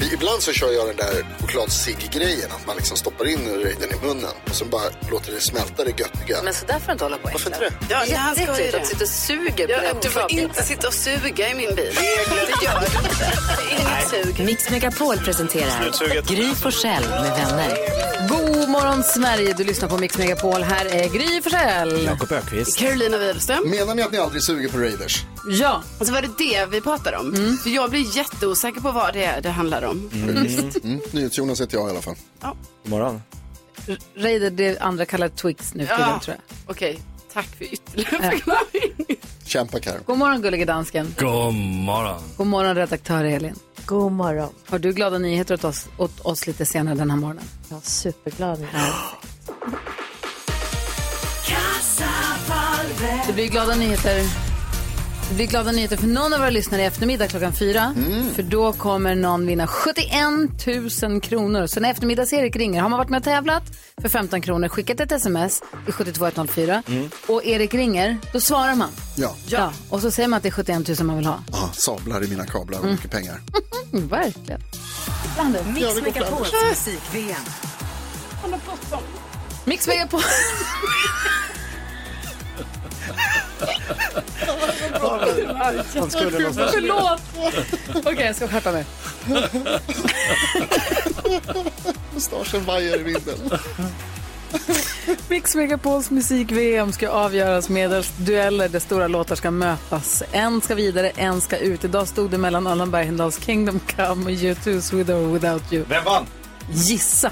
Speaker 4: För Ibland så kör jag den där chokladcigg-grejen, att man liksom stoppar in röjden i munnen och sen bara låter det smälta det göttiga.
Speaker 8: Men så där får du inte hålla på. Varför inte
Speaker 4: det?
Speaker 8: Ja,
Speaker 6: Ja, han ska ju
Speaker 8: Jätteäckligt
Speaker 6: det.
Speaker 8: att sitta och suger på den
Speaker 6: du får inte sitta och suga i min bil. Det gör du inte. Det är inget sug.
Speaker 3: Mix Megapol presenterar
Speaker 2: Slutsuget.
Speaker 3: Gry Forssell med vänner.
Speaker 1: God morgon, Sverige! Du lyssnar på Mix Megapol. Här är Gry Forssell.
Speaker 2: Jakob Ökvist.
Speaker 6: Carolina Widerström.
Speaker 4: Menar ni att ni aldrig suger på Raiders?
Speaker 1: Ja.
Speaker 6: Alltså var det det vi pratade om?
Speaker 10: Mm.
Speaker 6: För jag blir jätteosäker på vad det, är det handlar om.
Speaker 4: Mm. Mm. NyhetsJonas heter jag i alla fall.
Speaker 6: Ja.
Speaker 2: God morgon.
Speaker 1: Raider, det andra kallar Twix nu för tiden, tror jag.
Speaker 6: Okej, tack för ytterligare.
Speaker 4: Kämpa Karo.
Speaker 1: God morgon, gullige dansken.
Speaker 9: God morgon.
Speaker 1: God morgon, redaktör Elin. God morgon. Har du glada nyheter åt oss, åt oss lite senare den här morgonen?
Speaker 23: Jag är superglad.
Speaker 1: Det blir glada nyheter Det blir glada nyheter för någon av våra lyssnare i eftermiddag klockan fyra. För då kommer någon vinna 71 000 kronor. Så när eftermiddags-Erik ringer, har man varit med och tävlat för 15 kronor, skickat ett sms i 72104
Speaker 4: Mm.
Speaker 1: och Erik ringer, då svarar man.
Speaker 4: Ja,
Speaker 1: Ja. Och så säger man att det är 71 000 man vill ha.
Speaker 4: ah, sablar i mina kablar, vad
Speaker 1: Mm.
Speaker 4: mycket pengar.
Speaker 1: Mm, verkligen. Flanders.
Speaker 18: Mix Megapols musik-VM.
Speaker 1: Mix Megapol.
Speaker 10: Han skulle någonstans.
Speaker 1: Förlåt. Okej, jag ska skärpa mig.
Speaker 4: Mustaschen vajar i vinden.
Speaker 1: Mix Megapols musik-VM ska avgöras medelst dueller där stora låtar ska mötas. En ska vidare, en ska ut. Idag stod det mellan Allan Bergendahls Kingdom Come och U2's With or Without You.
Speaker 2: Vem vann?
Speaker 1: Gissa!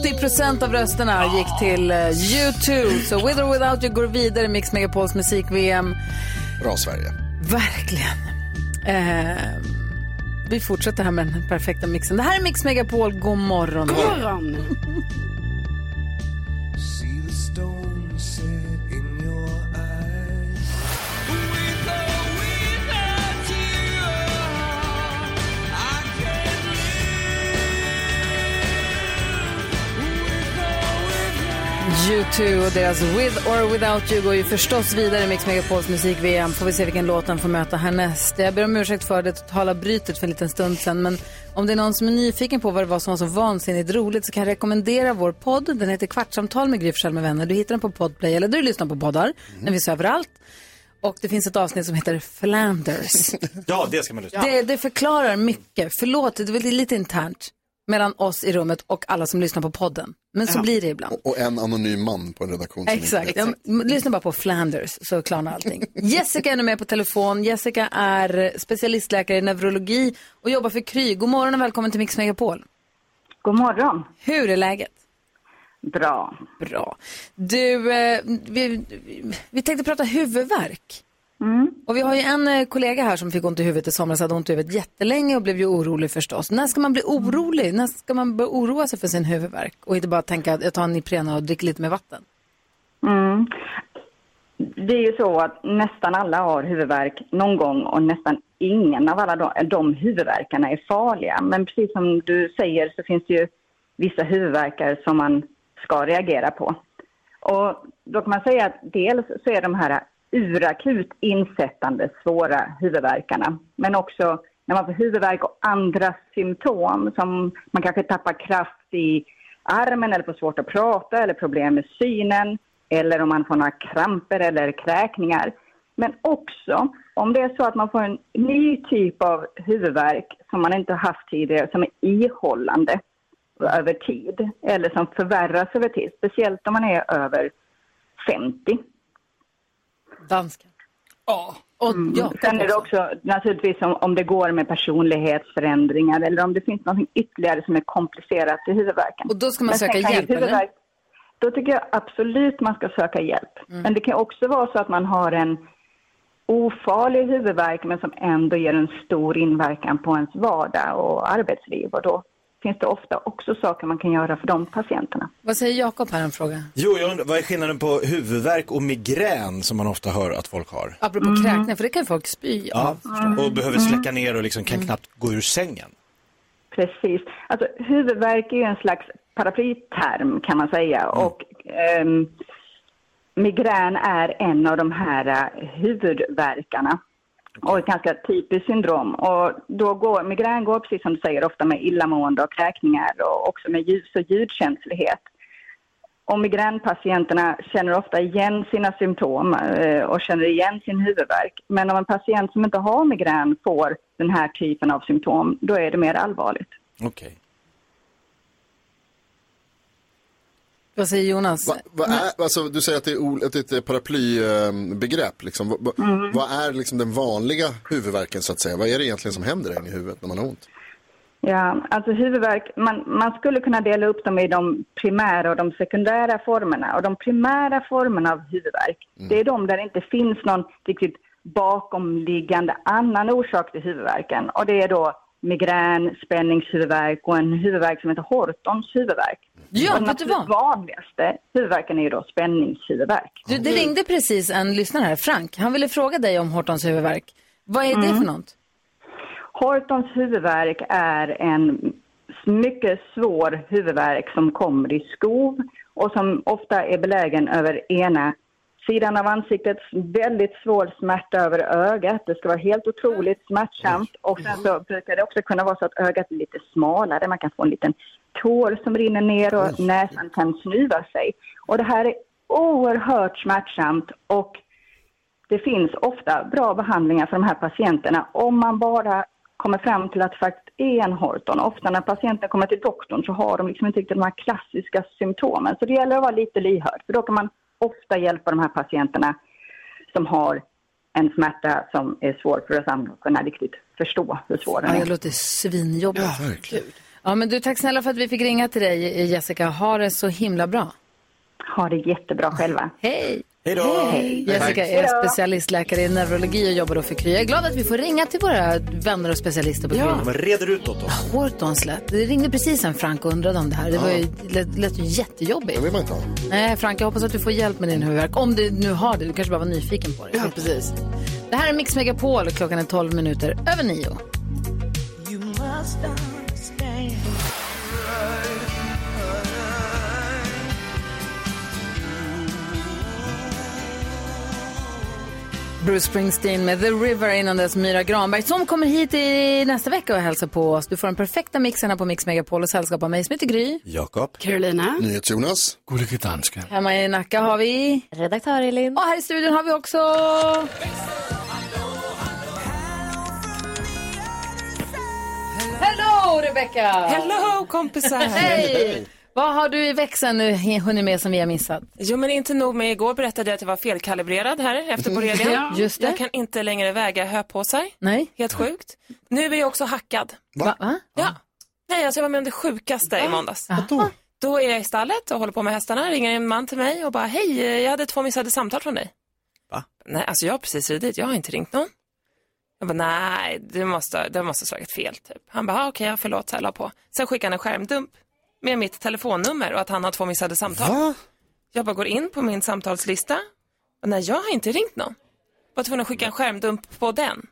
Speaker 1: 80 procent av rösterna gick till eh, U2. Så With or Without You går vidare i Mix Megapols musik-VM.
Speaker 4: Bra Sverige.
Speaker 1: Verkligen. Eh, vi fortsätter här med den perfekta mixen. Det här är Mix Megapol. God morgon.
Speaker 6: God morgon.
Speaker 10: See the stone set in your eyes.
Speaker 1: U2 och deras With or Without You går ju förstås vidare i Mix Megapols musik-VM. Får vi se vilken låt den får möta härnäst. Jag ber om ursäkt för det totala brytet för en liten stund sedan. Men om det är någon som är nyfiken på vad det var som var så vansinnigt roligt så kan jag rekommendera vår podd. Den heter Kvartsamtal med Gry Forssell med vänner. Du hittar den på Podplay eller där du lyssnar på poddar. Den finns överallt. Och det finns ett avsnitt som heter Flanders.
Speaker 2: Ja, det ska man lyssna på.
Speaker 1: Det, det förklarar mycket. Förlåt, det var lite internt mellan oss i rummet och alla som lyssnar på podden. Men så
Speaker 4: Ja.
Speaker 1: blir det ibland.
Speaker 4: Och, och en anonym man på en redaktion. som
Speaker 1: Exakt.
Speaker 4: inte vet.
Speaker 1: Ja, m- lyssna bara på Flanders så klarnar allting. Jessica är nu med på telefon. Jessica är specialistläkare i neurologi och jobbar för Kry. God morgon och välkommen till Mix Megapol.
Speaker 11: God morgon.
Speaker 1: Hur är läget?
Speaker 11: Bra.
Speaker 1: Bra. Du, eh, vi, vi tänkte prata huvudvärk.
Speaker 11: Mm.
Speaker 1: Och vi har ju en eh, kollega här som fick ont i huvudet i somras, hade ont i huvudet jättelänge och blev ju orolig förstås. När ska man bli orolig? När ska man börja oroa sig för sin huvudvärk? Och inte bara tänka att jag tar en Ipren och dricker lite mer vatten.
Speaker 11: Mm. Det är ju så att nästan alla har huvudvärk någon gång och nästan ingen av alla de, de huvudvärkarna är farliga. Men precis som du säger så finns det ju vissa huvudvärkar som man ska reagera på. Och då kan man säga att dels så är de här urakut insättande svåra huvudvärkarna. Men också när man får huvudvärk och andra symptom som man kanske tappar kraft i armen eller får svårt att prata eller problem med synen eller om man får några kramper eller kräkningar. Men också om det är så att man får en ny typ av huvudvärk som man inte har haft tidigare som är ihållande över tid eller som förvärras över tid, speciellt om man är över 50.
Speaker 1: Danska. Ja. Och, ja,
Speaker 11: Mm. Sen är det också naturligtvis om, om det går med personlighetsförändringar eller om det finns något ytterligare som är komplicerat i huvudvärken.
Speaker 1: Och då ska man
Speaker 11: sen
Speaker 1: söka
Speaker 11: kan ju
Speaker 1: hjälp, eller?
Speaker 11: huvudvärk- Då tycker jag absolut man ska söka hjälp.
Speaker 1: Mm.
Speaker 11: Men det kan också vara så att man har en ofarlig huvudvärk men som ändå ger en stor inverkan på ens vardag och arbetsliv. Och då finns det ofta också saker man kan göra för de patienterna.
Speaker 1: Vad säger Jakob här en fråga?
Speaker 2: Jo, jag undrar, vad är skillnaden på huvudvärk och migrän som man ofta hör att folk har? Mm.
Speaker 1: Apropå kräkningar, för det kan folk spy
Speaker 2: Ja,
Speaker 1: av.
Speaker 4: Mm.
Speaker 2: och behöver släcka ner och liksom kan knappt gå ur sängen.
Speaker 11: Precis. Alltså, huvudvärk är ju en slags paraplyterm kan man säga.
Speaker 1: Mm.
Speaker 11: Och, ehm, migrän är en av de här eh, huvudvärkarna. Och ett ganska typiskt syndrom. Och då går, migrän går, precis som du säger, ofta med illamående och kräkningar och också med ljus och ljudkänslighet. Och migränpatienterna känner ofta igen sina symptom eh, och känner igen sin huvudvärk. Men om en patient som inte har migrän får den här typen av symptom, då är det mer allvarligt.
Speaker 2: Okej.
Speaker 1: Vad säger Jonas?
Speaker 4: Va, vad är, alltså, du säger att det är ol- att det är ett paraplybegrepp. Liksom. Va, va, Vad är liksom den vanliga huvudvärken så att säga? Vad är det egentligen som händer där inne i huvudet när man har ont?
Speaker 11: Ja, alltså huvudvärk, man, man skulle kunna dela upp dem i de primära och de sekundära formerna. Och de primära formerna av huvudvärk, det är de där det inte finns någon riktigt bakomliggande annan orsak till huvudvärken. Och det är då migrän, spänningshuvudvärk och en huvudvärk som heter Hortons huvudvärk.
Speaker 1: Ja,
Speaker 11: och den
Speaker 1: vet du
Speaker 11: absolut vanligaste huvudvärken är ju då spänningshuvudvärk.
Speaker 1: Du, det ringde precis en lyssnare här, Frank. Han ville fråga dig om Hortons huvudvärk. Vad är det
Speaker 11: Mm.
Speaker 1: för något?
Speaker 11: Hortons huvudvärk är en mycket svår huvudvärk som kommer i skov och som ofta är belägen över ena sidan av ansiktet. Väldigt svår smärta över ögat. Det ska vara helt otroligt smärtsamt. Och sen så brukar det också kunna vara så att ögat är lite smalare. Man kan få en liten tår som rinner ner och näsan kan snuva sig. Och det här är oerhört smärtsamt och det finns ofta bra behandlingar för de här patienterna om man bara kommer fram till att det faktiskt är en Horton. Ofta när patienten kommer till doktorn så har de liksom inte riktigt de här klassiska symptomen. Så det gäller att vara lite lyhörd, för då kan man ofta hjälpa de här patienterna som har en smärta som är svår för oss andra att kunna riktigt förstå hur svår den
Speaker 1: Ja,
Speaker 11: är.
Speaker 1: det låter svinjobbigt. Ja,
Speaker 11: verkligen.
Speaker 1: men du, tack snälla för att vi fick ringa till dig, Jessica. Ha det så himla bra.
Speaker 11: Ha det jättebra själva.
Speaker 1: Hej!
Speaker 2: Hej då!
Speaker 1: Jessica är specialistläkare i neurologi och jobbar då för Kry. Jag är glad att vi får ringa till våra vänner och specialister på Kry.
Speaker 2: De reder ut åt oss.
Speaker 1: Hortons lät. Det ringde precis en Frank och undrade om det här. Det var ju, lät, lät ju jättejobbigt. Det vill man inte ha. Nej, Frank, jag hoppas att du får hjälp med din huvudvärk. Om du nu har det. Du kanske bara var nyfiken på det. Ja, precis. Det här är Mix Megapol. Klockan är 12 minuter över nio.
Speaker 10: You must understand.
Speaker 1: Bruce Springsteen med The River innan dess Myra Granberg som kommer hit i nästa vecka och hälsar på oss. Du får den perfekta mixen här på Mix Megapol och sällskap av mig som heter Gry.
Speaker 2: Jakob.
Speaker 1: Carolina.
Speaker 4: NyhetsJonas.
Speaker 9: Gullige dansken.
Speaker 1: Hemma i Nacka har vi... Redaktör Elin. Och här i studion har vi också... Hello Rebecca!
Speaker 21: Hello kompisar!
Speaker 1: Hej! Vad har du i växeln nu hunnit med som vi har missat?
Speaker 21: Jo men inte nog med igår berättade jag att jag var felkalibrerad här efter Borrelia.
Speaker 1: Ja, just det.
Speaker 21: Jag kan inte längre väga höpåsar.
Speaker 1: Nej.
Speaker 21: Helt sjukt. Nu är jag också hackad.
Speaker 1: Va? Va?
Speaker 21: Ja. Nej, alltså jag var med om det sjukaste i måndags.
Speaker 1: Då?
Speaker 21: Då är jag i stallet och håller på med hästarna. Ringer en man till mig och bara, hej, jag hade två missade samtal från dig.
Speaker 2: Va?
Speaker 21: Nej, alltså jag har precis ridit. Jag har inte ringt någon. Jag bara, nej, du måste, du måste ha slagit fel typ. Han bara, ah, okej, okay, förlåt, så jag la på. Sen skickar han en skärmdump med mitt telefonnummer och att han har två missade samtal. Jag bara går in på min samtalslista. Och nej, jag har inte ringt någon. Var tvungen att skicka en skärmdump på den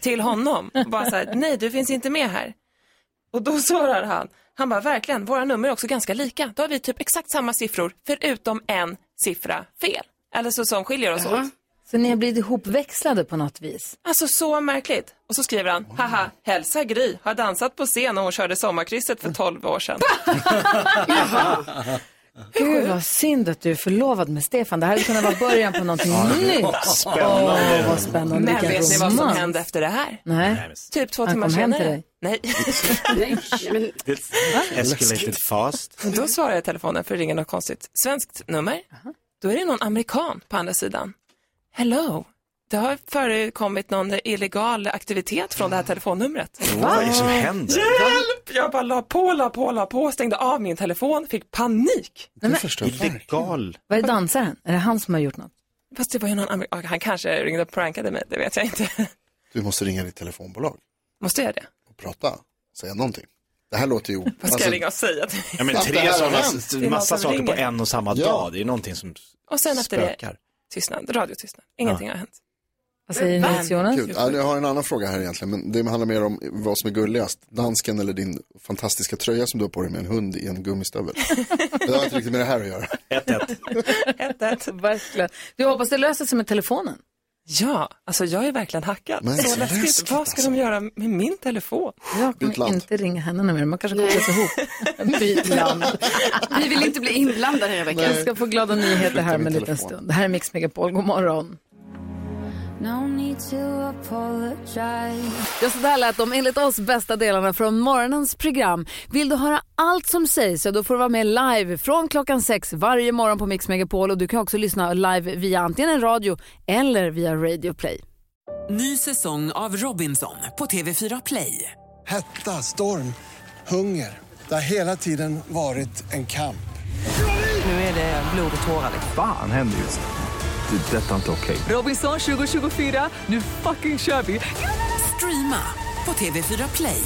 Speaker 21: till honom. Och bara så här, nej, du finns inte med här. Och då svarar han, han bara verkligen, våra nummer är också ganska lika. Då har vi typ exakt samma siffror förutom en siffra fel. Eller så som skiljer oss åt.
Speaker 1: Så ni har blivit ihopväxlade på något vis?
Speaker 21: Alltså så märkligt. Och så skriver han, haha, hälsa Gry, har dansat på scen och hon körde sommarkrysset för 12 år sedan.
Speaker 1: Gud vad synd att du är förlovad med Stefan. Det här hade kunnat vara början på någonting
Speaker 21: Ja, det var
Speaker 1: nytt.
Speaker 21: spännande.
Speaker 1: Åh, vad spännande.
Speaker 21: Men
Speaker 1: Vilken
Speaker 21: vet ni vad som
Speaker 1: romans.
Speaker 21: hände efter det här?
Speaker 1: Nej.
Speaker 21: Typ två
Speaker 1: Han
Speaker 21: timmar
Speaker 1: kom hem
Speaker 21: senare.
Speaker 1: till dig.
Speaker 21: Nej. men...
Speaker 2: Det escalated fast.
Speaker 21: Då svarar jag telefonen för att ringa något konstigt svenskt nummer. Då är det någon amerikan på andra sidan. Hello. Det har förekommit någon illegal aktivitet från det här telefonnumret.
Speaker 2: Vad är det som händer?
Speaker 21: Hjälp! Jag bara la på, la på, la på, stängde av min telefon, fick panik.
Speaker 2: Illegal.
Speaker 1: Vad är dansaren? Är det han som har gjort något?
Speaker 21: Fast det var ju någon amerikan, han kanske ringde och prankade mig, det vet jag inte.
Speaker 4: Du måste ringa ditt telefonbolag
Speaker 21: Måste jag det?
Speaker 4: och prata. Säga någonting. Det här låter ju... Vad
Speaker 21: ska jag ringa och säga? till-
Speaker 2: Alltså- Ja, men
Speaker 4: Att det här
Speaker 2: tre
Speaker 4: har
Speaker 2: sådana,
Speaker 4: hänt. Det är någon
Speaker 2: massa
Speaker 4: som
Speaker 2: saker på
Speaker 4: ringer.
Speaker 2: en och samma
Speaker 4: Ja.
Speaker 2: dag. Det är någonting som
Speaker 21: Och sen efter
Speaker 2: spökar.
Speaker 21: det, tystnad, radiotystnad. Ingenting har hänt.
Speaker 1: Vad säger
Speaker 21: Va?
Speaker 4: Kul. Ja, jag har en annan fråga här egentligen, men det handlar mer om vad som är gulligast. Dansken eller din fantastiska tröja som du har på dig med en hund i en gummistövel. det har inte riktigt med det här att göra.
Speaker 1: Verkligen. Du hoppas det löser sig med telefonen?
Speaker 21: Ja, alltså jag är verkligen hackad.
Speaker 1: Men
Speaker 21: så
Speaker 1: så
Speaker 21: läskigt.
Speaker 1: läskigt,
Speaker 21: Vad ska de göra med min telefon?
Speaker 1: Jag kommer inte ringa henne mer. Man kanske kopplas ihop. Byt land.
Speaker 6: Vi vill inte bli inblandade här i veckan.
Speaker 1: Jag ska få glada nyheter här om en liten stund. Det här är Mix Megapol. God morgon.
Speaker 10: No need to apologize.
Speaker 1: Ja, så där lät de enligt oss bästa delarna från morgonens program. Vill du höra allt som sägs så då får du vara med live från klockan sex varje morgon på Mix Megapol och du kan också lyssna live via antingen en radio eller via Radio Play.
Speaker 23: Ny säsong av Robinson på TV4 Play.
Speaker 5: Hetta, storm, hunger. Det har hela tiden varit en kamp.
Speaker 23: Nu är det blod och tårar. liksom.
Speaker 20: Fan händer just nu. det. är Detta är inte okej.
Speaker 23: Robinson 2024, nu fucking kör vi! Streama
Speaker 5: på TV4 Play.